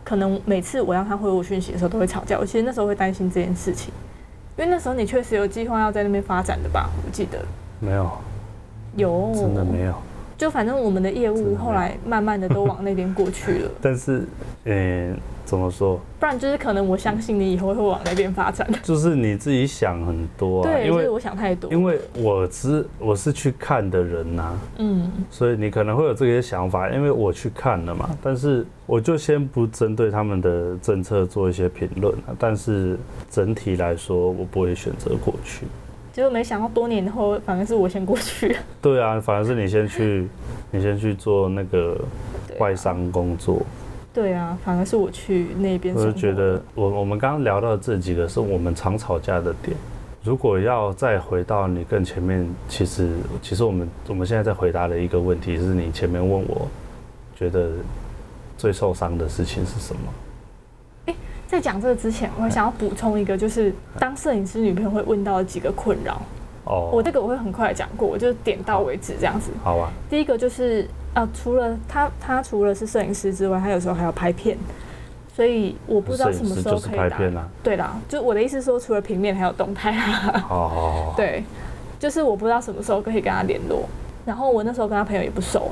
可能每次我让他回我讯息的时候都会吵架。我其实那时候会担心这件事情，因为那时候你确实有计划要在那边发展的吧？我记得
没有，
有，
真的没有。
就反正我们的业
真的
务
没有
后来慢慢的都往那边过去了，
但是，嗯、怎么说？
不然就是可能我相信你以后会往那边发展。
就是你自己想很多啊，
对，
因
就是
为
我想太多。
因为我是我是去看的人呐、
嗯，
所以你可能会有这些想法，因为我去看了嘛。但是我就先不针对他们的政策做一些评论啊，但是整体来说，我不会选择过去。
结果没想到多年后，反而是我先过去了。
对啊，反而是你先去，你先去做那个
对啊
外商工作。
对啊，反而是我去那边。
我就觉得，我我们刚刚聊到的这几个是我们常吵架的点。如果要再回到你更前面，其实其实我们我们现在在回答的一个问题是你前面问我，觉得最受伤的事情是什么？
在讲这个之前，我还想要补充一个，就是当摄影师女朋友会问到的几个困扰，
哦，
我这个我会很快地讲过，我就点到为止这样子。
好啊，
第一个就是啊，除了他，他除了是摄影师之外，他有时候还要拍片，所以我不知道
摄
什
影
么
师
时
就
候
是
可
拍
以打。
片啊，
对啦，就我的意思是说，除了平面还有动态啊，
好好好，
对，就是我不知道什么时候可以跟他联络。然后我那时候跟他朋友也不熟，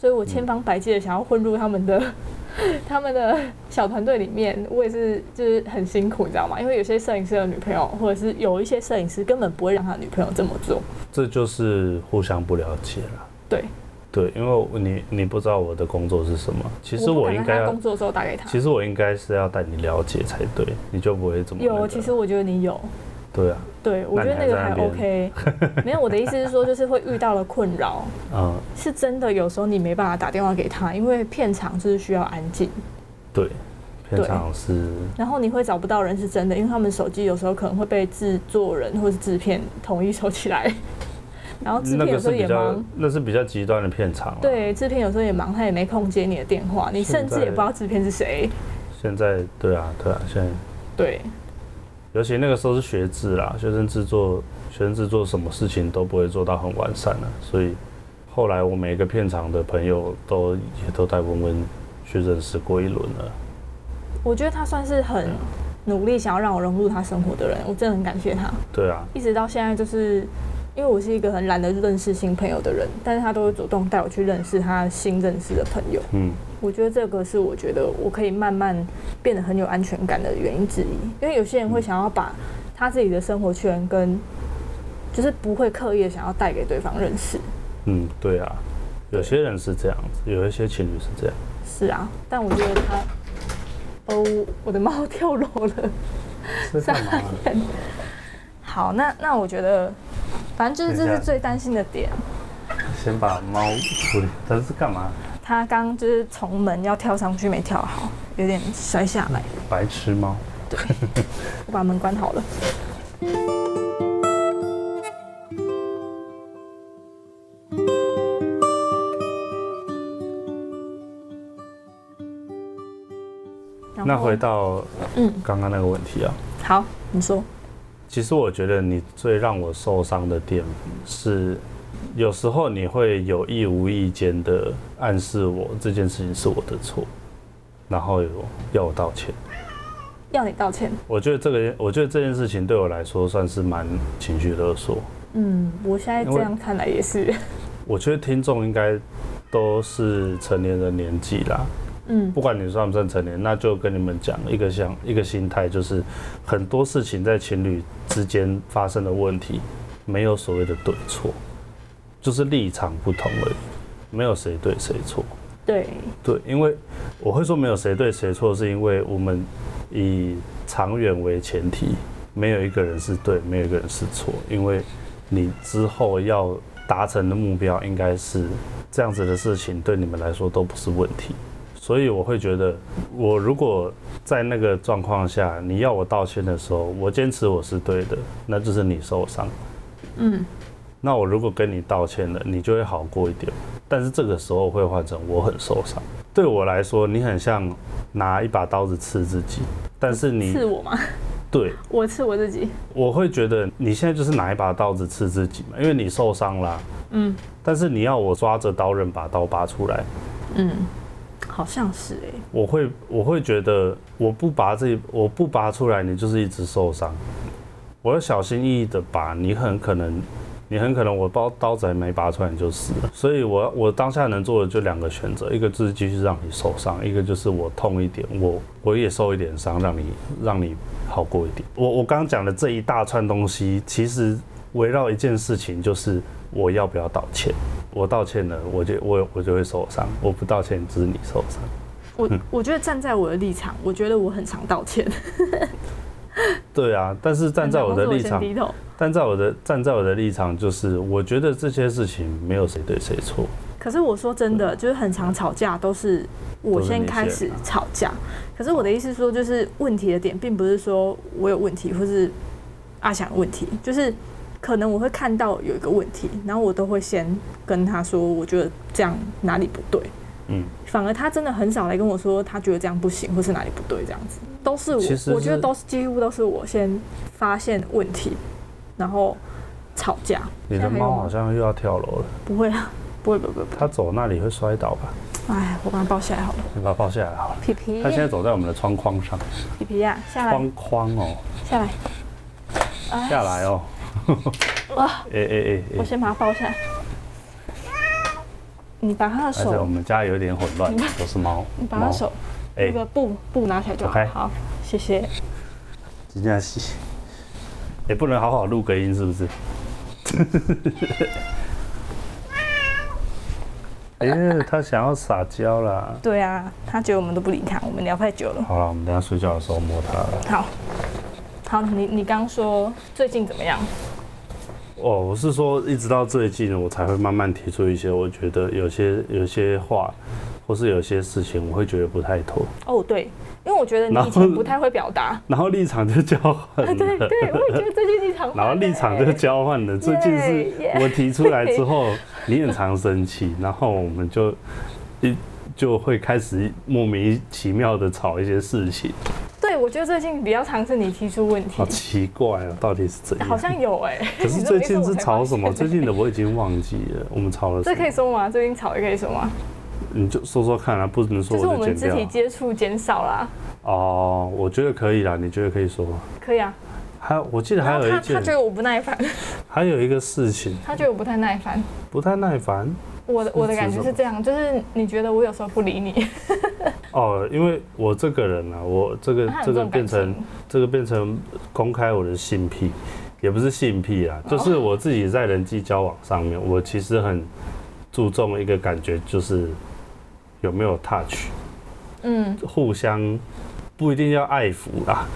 所以我千方百计的想要混入他们的、 他们的小团队里面。我也是就是很辛苦，你知道吗？因为有些摄影师的女朋友，或者是有一些摄影师根本不会让他女朋友这么做。
这就是互相不了解了。
对，
对，因为我你你不知道我的工作是什么，其实
不
我
敢
应
在
该
他
要
工，作的时候打给他。
其实我应该是要带你了解才对，你就不会这么、那
有，
个
其实我觉得你有，
对啊，
对我觉得
那
那
你
个
还
还
啊在
OK。没有，我的意思是说，就是会遇到了困扰，
嗯，
是真的。有时候你没办法打电话给他，因为片场就是需要安静。
对，片
对
场是
然后你会找不到人是真的，因为他们手机有时候可能会被制作人或是制片统一收起来， 然后制
那
片有
个
时
是
候
比
也
较
忙，
那是比较极端的片场、啊。，
对，制片有时候也忙，他也没空接你的电话，你甚至也不知道制片是谁，
现在对啊对啊，现在
对
尤其那个时候是学制啦，学生制作学生制作什么事情都不会做到很完善啊，所以后来我每个片场的朋友都也都带文文去认识过一轮了。
我觉得他算是
啊
很努力想要让我融入他生活的人，我真的很感谢他，
对啊，
一直到现在就是。因为我是一个很懒得认识新朋友的人，但是他都会主动带我去认识他新认识的朋友。
嗯，
我觉得这个是我觉得我可以慢慢变得很有安全感的原因之一，因为有些人会想要把他自己的生活圈跟，就是不会刻意的想要带给对方认识，
嗯，对啊，有些人是这样子，有一些情侣是这样。
是啊，但我觉得他，哦，我的猫 跳楼了，
是干嘛？
好，那那我觉得，反正就是这是最担心的点，
先把猫处理，它是干嘛？
他刚就是从门要跳上去没跳好，有点摔下来，
白痴猫。
我把门关好了。然
那
后
回到
嗯
刚刚那个问题啊，
好，你说
其实我觉得你最让我受伤的点是，有时候你会有意无意间的暗示我这件事情是我的错，然后有要我道歉。
要你道歉。
我觉得这个，我觉得这件事情对我来说算是蛮情绪勒索。
嗯，我现在
因
这
为
样看来也是，
我觉得听众应该都是成年人年纪啦，
嗯
不管你算不算成年，那就跟你们讲一个想一个心态，就是很多事情在情侣之间发生的问题，没有所谓的对错，就是立场不同而已，没有谁对谁错。
对，
对，因为我会说没有谁对谁错，是因为我们以长远为前提，没有一个人是对，没有一个人是错，因为你之后要达成的目标应该是这样子的事情，对你们来说都不是问题。所以我会觉得，我如果在那个状况下，你要我道歉的时候，我坚持我是对的，那就是你受伤。
嗯
那我如果跟你道歉了，你就会好过一点。但是这个时候会换成我很受伤。对我来说，你很像拿一把刀子刺自己，但是你
刺我嘛，
对
我刺我自己，
我会觉得你现在就是拿一把刀子刺自己嘛，因为你受伤啦。
嗯
但是你要我抓着刀刃把刀拔出来，
嗯，好像是哎，
我会我会觉得我不拔这一我不拔出来，你就是一直受伤。我要小心翼翼的拔，你很可能，你很可能我刀刀子还没拔出来你就死了。所以我我当下能做的就两个选择，一个就是继续让你受伤，一个就是我痛一点，我我也受一点伤，让你让你好过一点。我我刚刚讲的这一大串东西，其实围绕一件事情就是我要不要道歉。我道歉了，我就我我就会受伤；我不道歉，只是你受伤。
我
嗯
我觉得站在我的立场，我觉得我很常道歉，
对啊，但是站在我 的立
很常都是我
场，
先低头，
站在我的站在我的立场，就是我觉得这些事情没有谁对谁错。
可是我说真的，就是很常吵架都是我先开始吵架。可是我的意思说，就是问题的点并不是说我有问题，或是阿翔有问题，就是可能我会看到有一个问题，然后我都会先跟他说，我觉得这样哪里不对。
嗯，
反而他真的很少来跟我说，他觉得这样不行，或是哪里不对，这样子都是
其实是
我，我觉得都是几乎都是我先发现问题，然后吵架。
你的
现在还有
猫
吗
好像又要跳楼了，
不会啊，不会，不会，不会
它走那里会摔倒吧？
不会。哎，我把它抱起来好了。
你把它抱下来好了。
皮皮，
它现在走在我们的窗框上，
皮皮呀、下来，
窗框哦，
下来，哎
下来哦。
哇！
哎哎哎
我
哎，
先把它抱下来。你把它的
而且我
手，
们家有点混乱，都是猫。
你把它的手
哎
那个布布拿起来就好。
走开
好，谢谢。
今天洗，也不能好好录个音是不 是？哎呀，它想要撒娇啦。
对啊，他觉得我们都不理他，我们聊太久了。
好了，我们等一下睡觉的时候摸它了。
好，好，你你刚说最近怎么样？
哦，我是说，一直到最近我才会慢慢提出一些，我觉得有些有些话，或是有些事情，我会觉得不太妥，
哦，对，因为我觉得
然
你
后
以前不太会表达。
然后立场就交换
啊对对，
了。
对我也觉得最近立场换了 欸。
然后立场就交换了，最近是
耶
我提出来之后，你很常生气，然后我们就一就会开始莫名其妙的吵一些事情，
对，我觉得最近比较常是你提出问题
好，奇怪啊，到底是怎
好
样？
像有哎。
可是最近是吵什么？
你这
最
么一说我才发现
近的我已经忘记了，我们吵了什
这
么
可？以说吗？最近吵也可以说吗？
你就说说看啊，不能说
就是我
我就
们
剪
肢
掉啊
体。接触减少啦，
哦，我觉得可以啦，你觉得可以说吗？
可以啊。
还我记得还
然后
有
他
一
他觉
件，
得我不耐烦，
还有一个事情
他觉得我不太耐烦。
不太耐烦
我的
是
我的感觉是这样，就是你觉得我有时候不理你，
哦，因为我这个人啊，我这个
他有
这个
种感
变成
情
这个变成公开我的性癖，也不是性癖啊，
哦
就是我自己在人际交往上面，我其实很注重一个感觉，就是有没有 touch，
嗯
互相不一定要爱抚啦，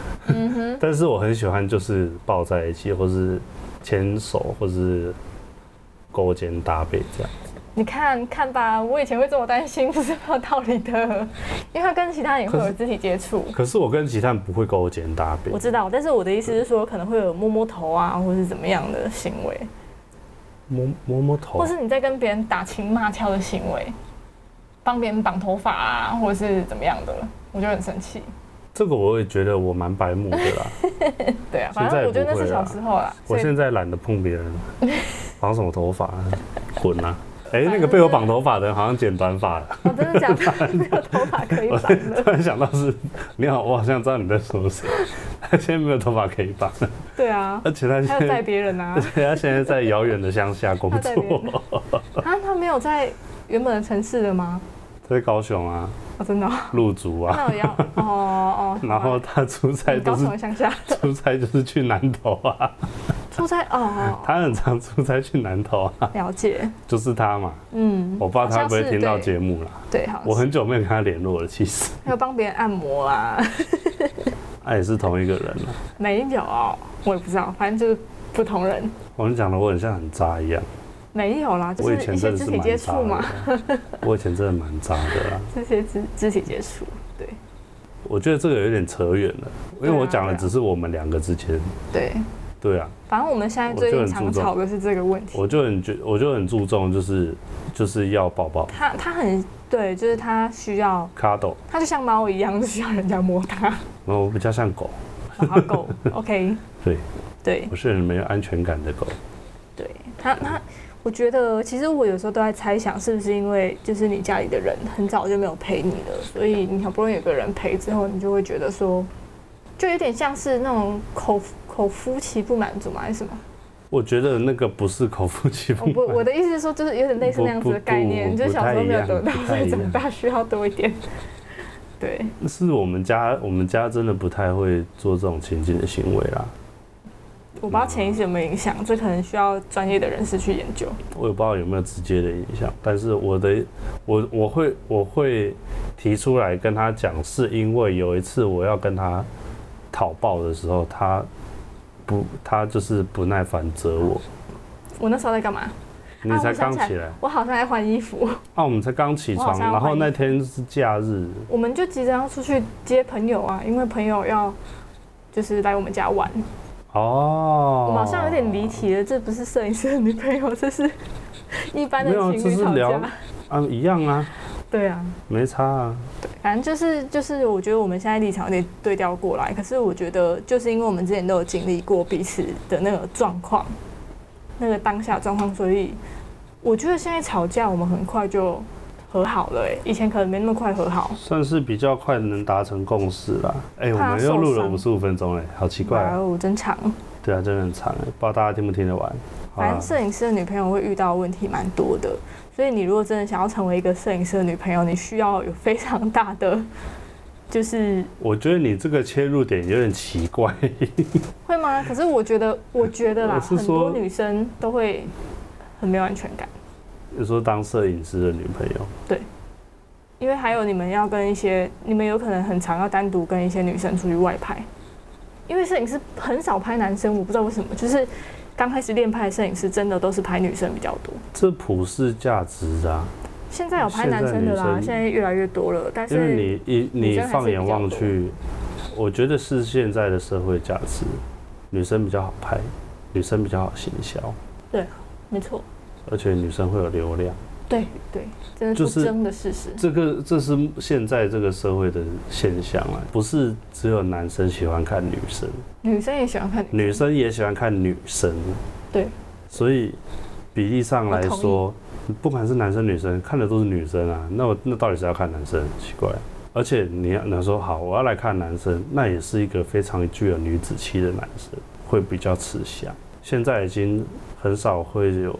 嗯哼，
但是我很喜欢就是抱在一起，或是牵手，或是勾肩搭背这样。
你看看吧，我以前会这么担心，不是没有道理的， 因为他跟其他人也会
可
有
是
肢体接触。
可是我跟其他人不会勾肩搭背
我，知道，但是我的意思是说，可能会有摸摸头啊，或是怎么样的行为，
摸摸摸头
或，是你在跟别人打情骂俏的行为，帮别人绑头发啊，或者是怎么样的，我就很生气。
这个我也觉得我蛮白目的 啦。
对啊，
现在
反正我觉得那
不
是
会啦
小时候啦。
我
所以
现在懒得碰别人，绑什么头发，滚啊！哎、那个被我绑头发的人好像剪短发了。
哦，真的假 的？没有头发可以
我
绑了。
突然想到是，你好，我好像知道你在说谁。他现在没有头发可以绑，
对啊，
而且他现
还有带
在，
别人啊
而。且他现在在遥远的乡下工
他在别人
作，
啊，他没有在原本的城市的吗？
在高雄啊，
哦，真 的哦、
入族 啊，
那我要哦哦。嗯
然后 他出差都
高
是
雄的乡下
出差就是去南投
哦
啊，
出差哦，
他很常出差去南投啊，
了解。
就是他嘛。
嗯，
我不知道他会不会听到
目。
节目啦，
对，好像是，
我很久没有跟他联络了，其实
还有帮别人按摩啦，
他也是同一个人啊。
没有，我也不知道，反正就是不同人，
我跟你讲的，我很像很渣一样，
没有啦，就
我
是
以前
一
真的
些肢
是
体
蛮
接
渣
触
的
嘛，
啊， 我以前真的蛮渣的啦。
这些肢肢体接触，对
我觉得这个有点扯远了，因为
啊
我讲的只是我们两个之间。
对，
对啊，
反正我们现在
我
最
就
近
很注
常
重
吵的是这个问题。
我就很觉，我就很注重，就是就是要抱抱
他他很对，就是他需要，
cuddle，
他就像猫一样，就需要人家摸他，
然后我比较像狗，
小哈 狗，OK，
对
对
我是很没有安全感的狗。
对，他他，我觉得其实我有时候都在猜想，是不是因为就是你家里的人很早就没有陪你了，所以你好不容易有个人陪之后，你就会觉得说，就有点像是那种口口夫妻不满足嘛，还是 什么？
我觉得那个不是口腹期
哦我不，
不满
我的意思是说，就是有点类似那样子的概念，
不不
就是小时候没有得
不
到
太一样，不太一
所以
样
长大需要多一点。 对，
是我们家，我们家真的不太会做这种情境的行为啦。
我不知道潜意识有没有影响，这可能需要专业的人士去研究。
我也不知道有没有直接的影响，但是我的我我会我会提出来跟他讲，是因为有一次我要跟他讨抱的时候，他不他就是不耐烦责我。
我那时候在干嘛？
你
啊
才
我
刚
想起来
起来啊
我好像在换衣服，
我们才刚起
我
床，
好像要
然后
换衣
那天是假日，
我们就急着要出去接朋友啊，因为朋友要就是来我们家玩。
哦，
我们好像有点离题了，这不是摄影师的女朋友，这是 一般的
没有啊
情
这
侣
是
吵
聊
架。
啊，一样啊，
对啊，
没差啊，
反正就是就是，我觉得我们现在立场有点对调过来，可是我觉得就是因为我们之前都有经历过彼此的那个状况，那个当下状况，所以我觉得现在吵架我们很快就和好了、欸，以前可能没那么快和好。
算是比较快能达成共识啦。哎、我
怕
们又
受
录了
伤
五十五分钟嘞，好奇怪、
哇
啊，
哦，真长。
对啊，真的很长哎，不知道大家听不听得完。好啦
反正摄影师的女朋友会遇到的问题蛮多的，所以你如果真的想要成为一个摄影师的女朋友，你需要有非常大的，就是
我觉得你这个切入点有点奇怪，
会吗？可是我觉得，我觉得啦，
我是
很
说
多女生都会很没有安全感，
你说当摄影师的女朋友，
因为还有你们要跟一些，你们有可能很常要单独跟一些女生出去外拍，因为摄影师很少拍男生，我不知道为什么，就是刚开始练拍的摄影师真的都是拍女生比较多。
这普世价值啊，
现在有拍
现
男
在
生的
女
啦，
生
现在越来越多了，但
因
是
为你一
女
你
生还是
放眼望去，我觉得是现在的社会价值，女生比较好拍，女生比较好行销，
没错。
而且女生会有流量，
对对，真的
就是是
不争的事实。
这个这是现在这个社会的现象啊，不是只有男生喜欢看女生，
女生也喜欢看
女生也喜欢看女生，
对，
所以比例上来说，不管是男生女生看的都是女生啊，那我那到底是要看男生？奇怪。而且你要能说好，我要来看男生，那也是一个非常具有女子气的男生，会比较吃香。现在已经很少会有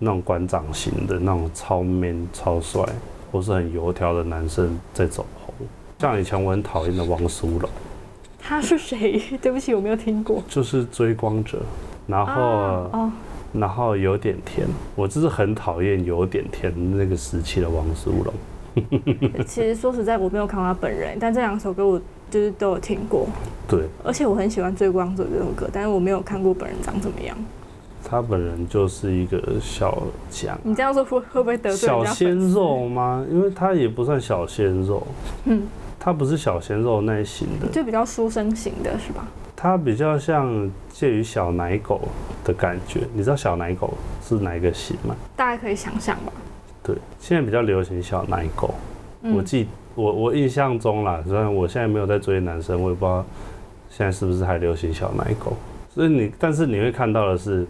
那种馆长型的那种超 man 超帅，或是很油条的男生在走红。像以前我很讨厌的王苏龙，
他是谁？ 对不起，我没有听过。
就是追光者，然后、
啊哦，
然后有点甜，我就是很讨厌有点甜那个时期的王苏龙。
其实说实在，我没有看过他本人，但这两首歌我就是都有听过，
对
而且我很喜欢《追光者》这首歌，但是我没有看过本人长怎么样。
他本人就是一个小讲
你这样说会会不会嗯得罪人
小
家
鲜
粉丝？
肉吗？因为他也不算小鲜肉，
嗯，
他不是小鲜肉那一型的，
就比较书生型的是吧？
他比较像介于小奶狗的感觉。你知道小奶狗是哪一个型吗？
大家可以想象吧。
对，现在比较流行小奶狗。我
嗯，
记我我印象中啦，虽然我现在没有在追男生，我也不知道现在是不是还流行小奶狗。所以你，但是你会看到的是，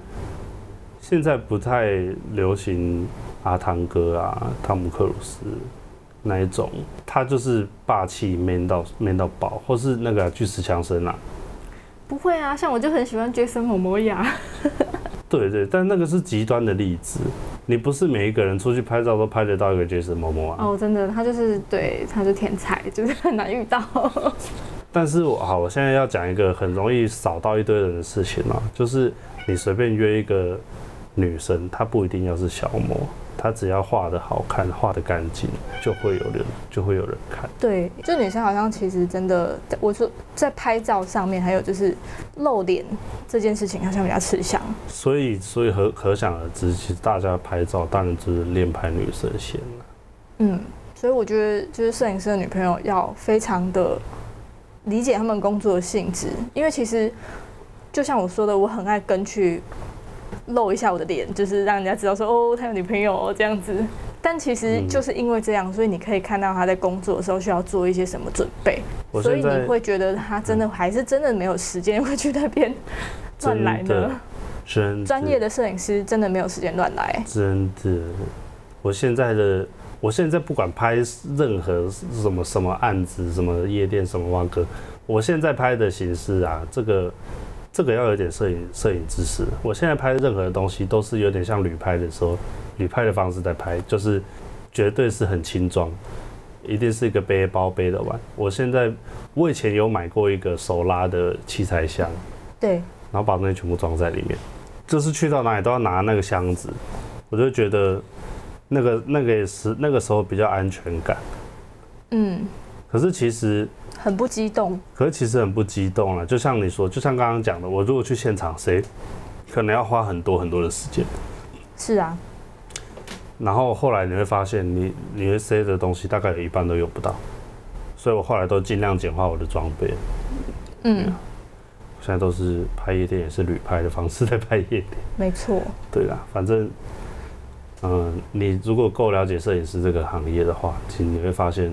现在不太流行阿汤哥啊、汤姆克鲁斯那一种，他就是霸气 man 到 man 到爆，或是那个啊巨石强森啊，
不会啊，像我就很喜欢 Jason Momoa，啊
对对，但那个是极端的例子，你不是每一个人出去拍照都拍得到一个 Jason Momoa 啊。
哦，真的，他就是对，他是天才，就是很难遇到。
但是我好，我现在要讲一个很容易扫到一堆人的事情啊，就是你随便约一个女生，她不一定要是小模，她只要画的好看，画的干净，就会有人就会有人看。
对，就女生好像其实真的，我说在拍照上面，还有就是露脸这件事情，好像比较吃香。
所以所以可可想而知，其实大家拍照当然就是练拍女生先啊了。
嗯，所以我觉得就是摄影师的女朋友要非常的理解他们工作的性质，因为其实就像我说的，我很爱跟去露一下我的脸，就是让人家知道说哦，他有女朋友、哦、这样子。但其实
嗯
就是因为这样，所以你可以看到他在工作的时候需要做一些什么准备，
我
所以
现在嗯
你会觉得他真的还是真的没有时间 会去那边乱来
真的
呢。
真
专业的摄影师真的没有时间乱来。
真的，我现在的我现在不管拍任何什么什么案子、什么夜店、什么蛙哥，我现在拍的形式啊，这个这个要有点摄影摄影知识。我现在拍任何的东西都是有点像旅拍的时候，旅拍的方式在拍，就是绝对是很轻装。一定是一个背包背的玩。我现在，我以前有买过一个手拉的器材箱，
对，
然后把东西全部装在里面，就是去到哪里都要拿那个箱子，我就觉得那个那个也是那个时候比较安全感。
嗯，
可是其实，
很不激动。
可是其实很不激动了。啊就像你说，就像刚刚讲的，我如果去现场，谁可能要花很多很多的时间。
是啊，
然后后来你会发现你，你会塞的东西大概有一半都用不到，所以我后来都尽量简化我的装备。
嗯，
啊现在都是拍夜店，也是旅拍的方式在拍夜店。
没错。
对啦，反正，嗯、你如果够了解摄影师这个行业的话，其实你会发现，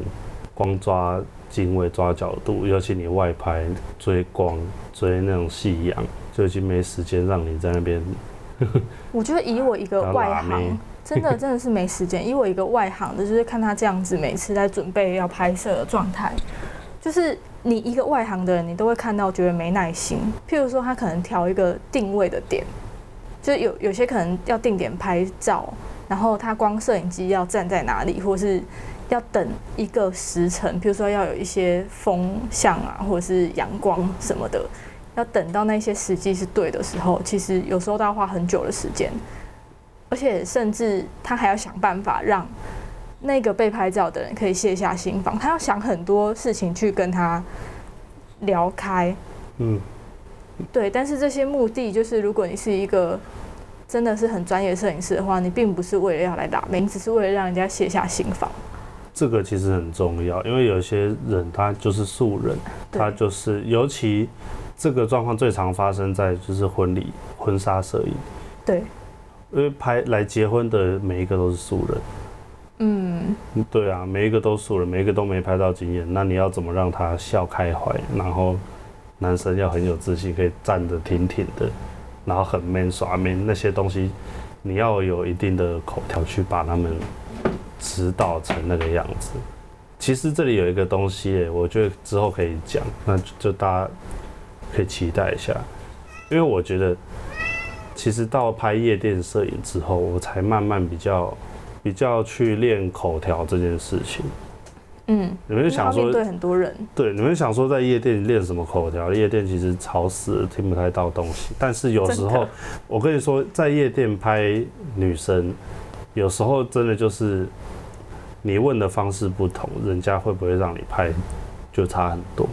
光抓镜位、抓角度，尤其你外拍追光、追那种夕阳，就已经没时间让你在那边。
我觉得以我一个
当
外
辣妹
行，真的真的是没时间。以我一个外行的，就是看他这样子，每次在准备要拍摄的状态，就是你一个外行的人，你都会看到觉得没耐心。譬如说，他可能调一个定位的点，就是有有些可能要定点拍照，然后他光摄影机要站在哪里，或是要等一个时辰，譬如说要有一些风向啊，或者是阳光什么的。要等到那些时机是对的时候，其实有时候都要花很久的时间，而且甚至他还要想办法让那个被拍照的人可以卸下心防，他要想很多事情去跟他聊开。
嗯，
对，但是这些目的就是，如果你是一个真的是很专业的摄影师的话，你并不是为了要来打名，你只是为了让人家卸下心防。
这个其实很重要，因为有些人他就是素人，
对
他就是尤其这个状况最常发生在就是婚礼、婚纱摄影，
对，
因为拍来结婚的每一个都是素人。
嗯，
对啊，每一个都输了，每一个都没拍到经验。那你要怎么让他笑开怀？然后男生要很有自信，可以站得挺挺的，然后很 man 耍 man 那些东西，你要有一定的口条去把他们指导成那个样子。其实这里有一个东西耶，我觉得之后可以讲，那就就大家可以期待一下，因为我觉得其实到拍夜店摄影之后，我才慢慢比较比较去练口条这件事情。
嗯，
你们就
因为
想
要
说
面，对很多人，
对，你们想说在夜店练什么口条？夜店其实吵死了，听不太到东西。但是有时
真
候
的，
我跟你说，在夜店拍女生，有时候真的就是你问的方式不同，人家会不会让你拍，就差很多。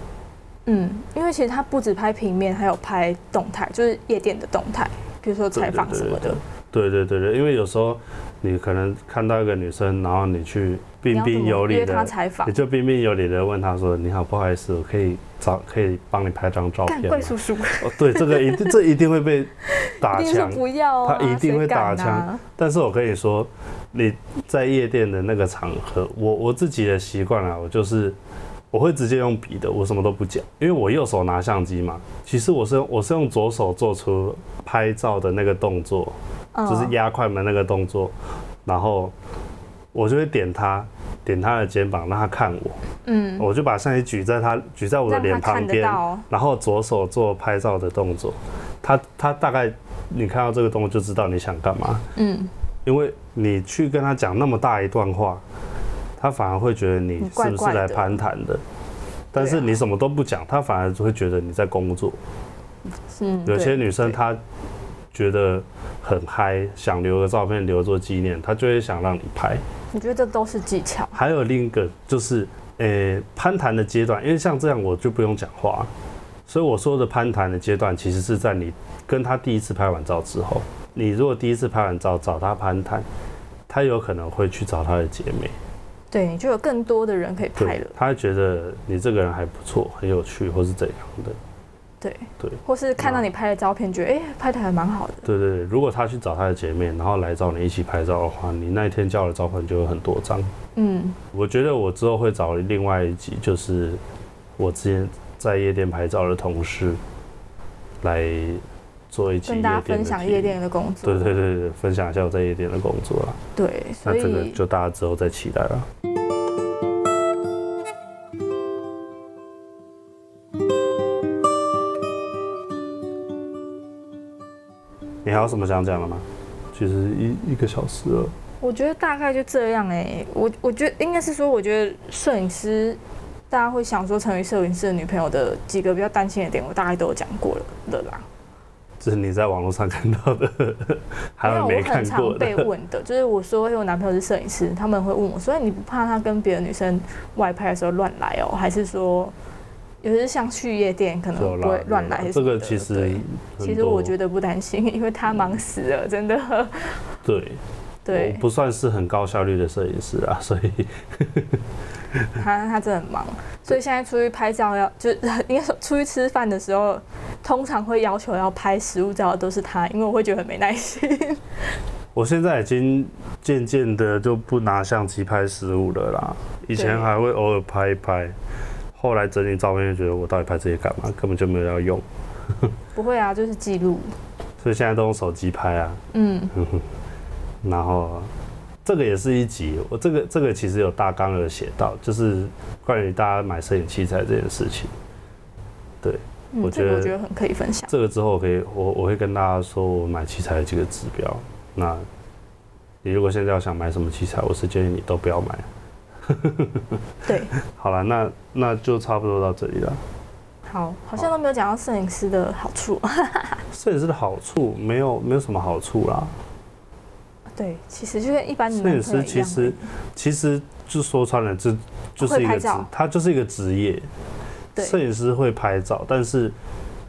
嗯，因为其实他不止拍平面，还有拍动态，就是夜店的动态，比如说采访什么的。
对对对对，因为有时候你可能看到一个女生，然后你去彬
你要怎
彬有
么
礼
约他
的，
采访
你，就彬彬有礼的问她说：“你好，不好意思，我可以找可以帮你拍张照
干
片吗
怪？”叔叔，
哦，对，这个一 定这一定会被打
一定说
枪。
不要啊，
他一定会
谁敢
打枪
啊。
但是我跟你说，你在夜店的那个场合，我我自己的习惯啊，我就是我会直接用笔的，我什么都不讲，因为我右手拿相机嘛。其实我是用我是用左手做出拍照的那个动作，
嗯
就是压快门那个动作。然后我就会点他，点他的肩膀让他看我，
嗯，
我就把相机举在他举在我的
让
脸
他
旁
看得
边，
到，
然后左手做拍照的动作，他他大概你看到这个动作就知道你想干嘛，
嗯，
因为你去跟他讲那么大一段话，他反而会觉得你
你
是
怪
不
怪
是来
的
攀谈的，但是
对啊
你什么都不讲，他反而就会觉得你在工作。
嗯，
有些
对
女生她觉得很嗨，想留个照片留作纪念，她就会想让你拍。
我觉得这都是技巧，
还有另一个就是，呃、攀谈的阶段，因为像这样我就不用讲话，所以我说的攀谈的阶段，其实是在你跟他第一次拍完照之后，你如果第一次拍完照找他攀谈，他有可能会去找他的姐妹，
对，你就有更多的人可以拍
对
了，，
他会觉得你这个人还不错，很有趣，或是怎样的。
对，
对
或是看到你拍的照片，觉得哎、拍的还蛮好的，
对对对，如果他去找他的姐妹，然后来找你一起拍照的话，你那一天交的照片就有很多张。
嗯，
我觉得我之后会找另外一集，就是我之前在夜店拍照的同事来做一集
跟
夜店
大家
的
分享
体验
夜。店的工作，
对对对对，分享一下我在夜店的工作啦。
对，
那
所
这个
以
就大家之后再期待啦。你还有什么想讲的吗？其实一一个小时了，
我觉得大概就这样哎、我我觉得应该是说，我觉得摄影师，大家会想说成为摄影师的女朋友的几个比较担心的点，我大概都有讲过了的啦。
这是你在网络上看到 的，还有
因为
没
啊我很
看
常
过
被
的。
问 的，就是我说因为哎我男朋友是摄影师，他们会问我说，哎你不怕他跟别的女生外拍的时候乱来哦、还是说，有些像去夜店可
有
能
啦
不会乱来
有啦
什
啊这
么的
个其实
对
很多，哦
其实我觉得不担心，因为他忙死了，真的。
对，
对
我，不算是很高效率的摄影师啊，所以
他他真的很忙，所以现在出去拍照要就是 应该说出去吃饭的时候，通常会要求要拍食物照的都是他，因为我会觉得很没耐心。
我现在已经渐渐的就不拿相机拍食物了啦，以前还会偶尔拍一拍，后来整理照片就觉得我到底拍这些干嘛，根本就没有要用，
不会啊，就是记录。
所以现在都用手机拍啊。
嗯，
然后这个也是一集，我这个这个其实有大纲有写到，就是关于大家买摄影器材这件事情。
嗯
我
这
觉
个
得
我觉得很可以分享。
这个之后我可以我我会跟大家说我买器材的几个指标。那你如果现在要想买什么器材，我是建议你都不要买。
对，
好了，那那就差不多到这里了。
好，好像都没有讲到摄影师的好处。啊
摄影师的好处没有没有什么好处啦。
对，其实就跟一般的
摄
男
影
朋友
师
一
其
样
实其实就说穿了，这就是一
会
个
拍
职
照，
他就是一个职业。
对
摄影师会拍照，但是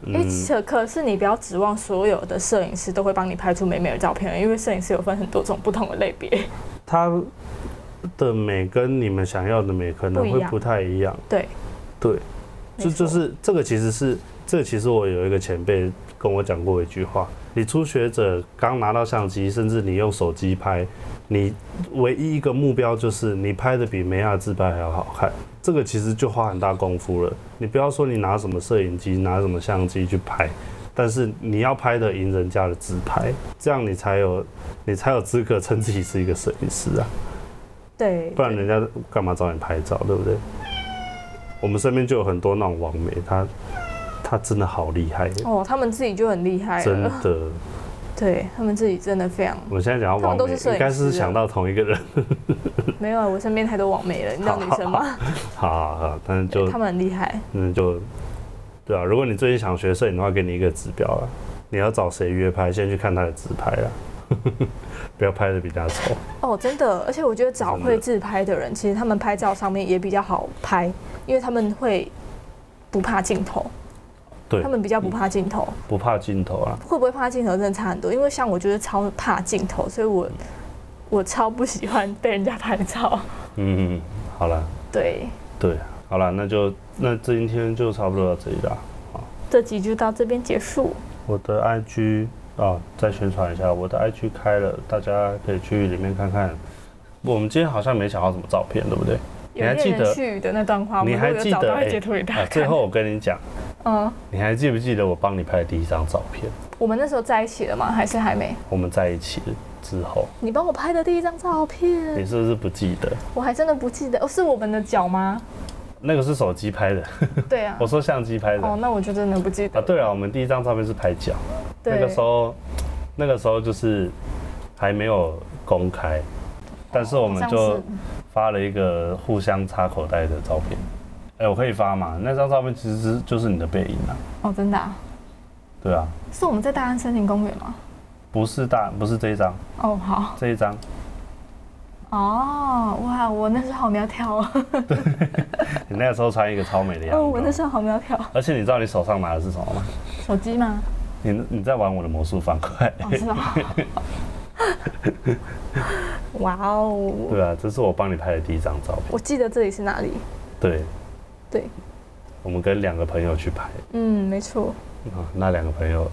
嗯
而已。哎，可可是你不要指望所有的摄影师都会帮你拍出美美的照片，因为摄影师有分很多种不同的类别。
它的美跟你们想要的美可能
不
会
一样
不太一样。
对，
对，
没
这就
错
是这个其实是这个其实我有一个前辈跟我讲过一句话：，你初学者刚拿到相机，甚至你用手机拍，你唯一一个目标就是你拍的比梅亚自拍还要好看。这个其实就花很大功夫了。你不要说你拿什么摄影机、拿什么相机去拍，但是你要拍的赢人家的自拍，这样你才有你才有资格称自己是一个摄影师啊。
对，
不然
对
人家干嘛找你拍照，对不对？我们身边就有很多那种网媒，他他真的好厉害，
哦，他们自己就很厉害
真
了，
的。
对他们自己真的非常
我们现在讲到网
他们都
媒，
是摄影
应该是
师啊
想到同一个人，
没有啊，我身边太多网媒了，你知道女生吗？
好好好，但是
对
就
他们很厉害，
嗯就对啊。如果你最近想学摄影的话，给你一个指标啊，你要找谁约拍，先去看他的自拍啊， 不要拍的比他丑。
哦，真的，而且我觉得找会自拍的人，其实他们拍照上面也比较好拍，因为他们会不怕镜头，
对
他，们比较不怕镜头，
不怕镜头啊，
会不会怕镜头真的差很多，因为像我就是超怕镜头，所以我我超不喜欢被人家拍照，
嗯，好了，
对，
对，好了，那就那今天就差不多到这里了。
这集就到这边结束，
我的 IG 啊，再宣传一下，我的 IG 开了，大家可以去里面看看。我们今天好像没想到什么照片，对 不对？你
有
还
恋
记得
人去的那段话，我
你
们
还
如果
记
有找
得
到
哎
会截图给大家
啊，最
看。
后我跟你讲，
嗯，
你还记不记得我帮你拍的第一张照片？
我们那时候在一起了吗？还是还没？
我们在一起，之后，
你帮我拍的第一张照
你
片，
是不是不记得？
我还真的不记得，哦，是我们的脚吗？
那个是手机拍的，
对啊
我，说相机拍的
哦，
啊。
那我就真的不记得。
对啊，我们第一张照片是拍脚，
对，
那个时候，那个时候就是还没有公开，但是我
好
们
像
就是发了一个互相插口袋的照片。哎、我可以发吗？那张照片其实是就是你的背影啊，
哦，真的、啊，
对啊，
是我们在大安森林公园吗？
不是大，不是这一张，
哦，好，
这一张，
哦，哇，我那时候好苗条哦，
你那个时候穿一个超美的
哦，我
样
那
子。
时候好苗条，
而且你知道你手上拿的是什么吗？
手机吗？
你你在玩我的魔术方块，
哦，是啊。哇哦！
对啊，这是我帮你拍的第一张照片。
我记得这里是哪里？
对，
对，
我们跟两个朋友去拍，
嗯，没错，
啊，那两个朋友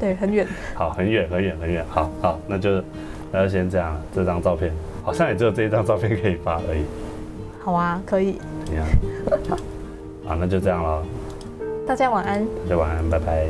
对，很远。
好，很远很远很远，好好，那就那就先这样了。这张照片好像也只有这一张照片可以发而已，
好啊，可以。
怎样？好，那就这样了，
大家晚安。
大家晚安，拜拜。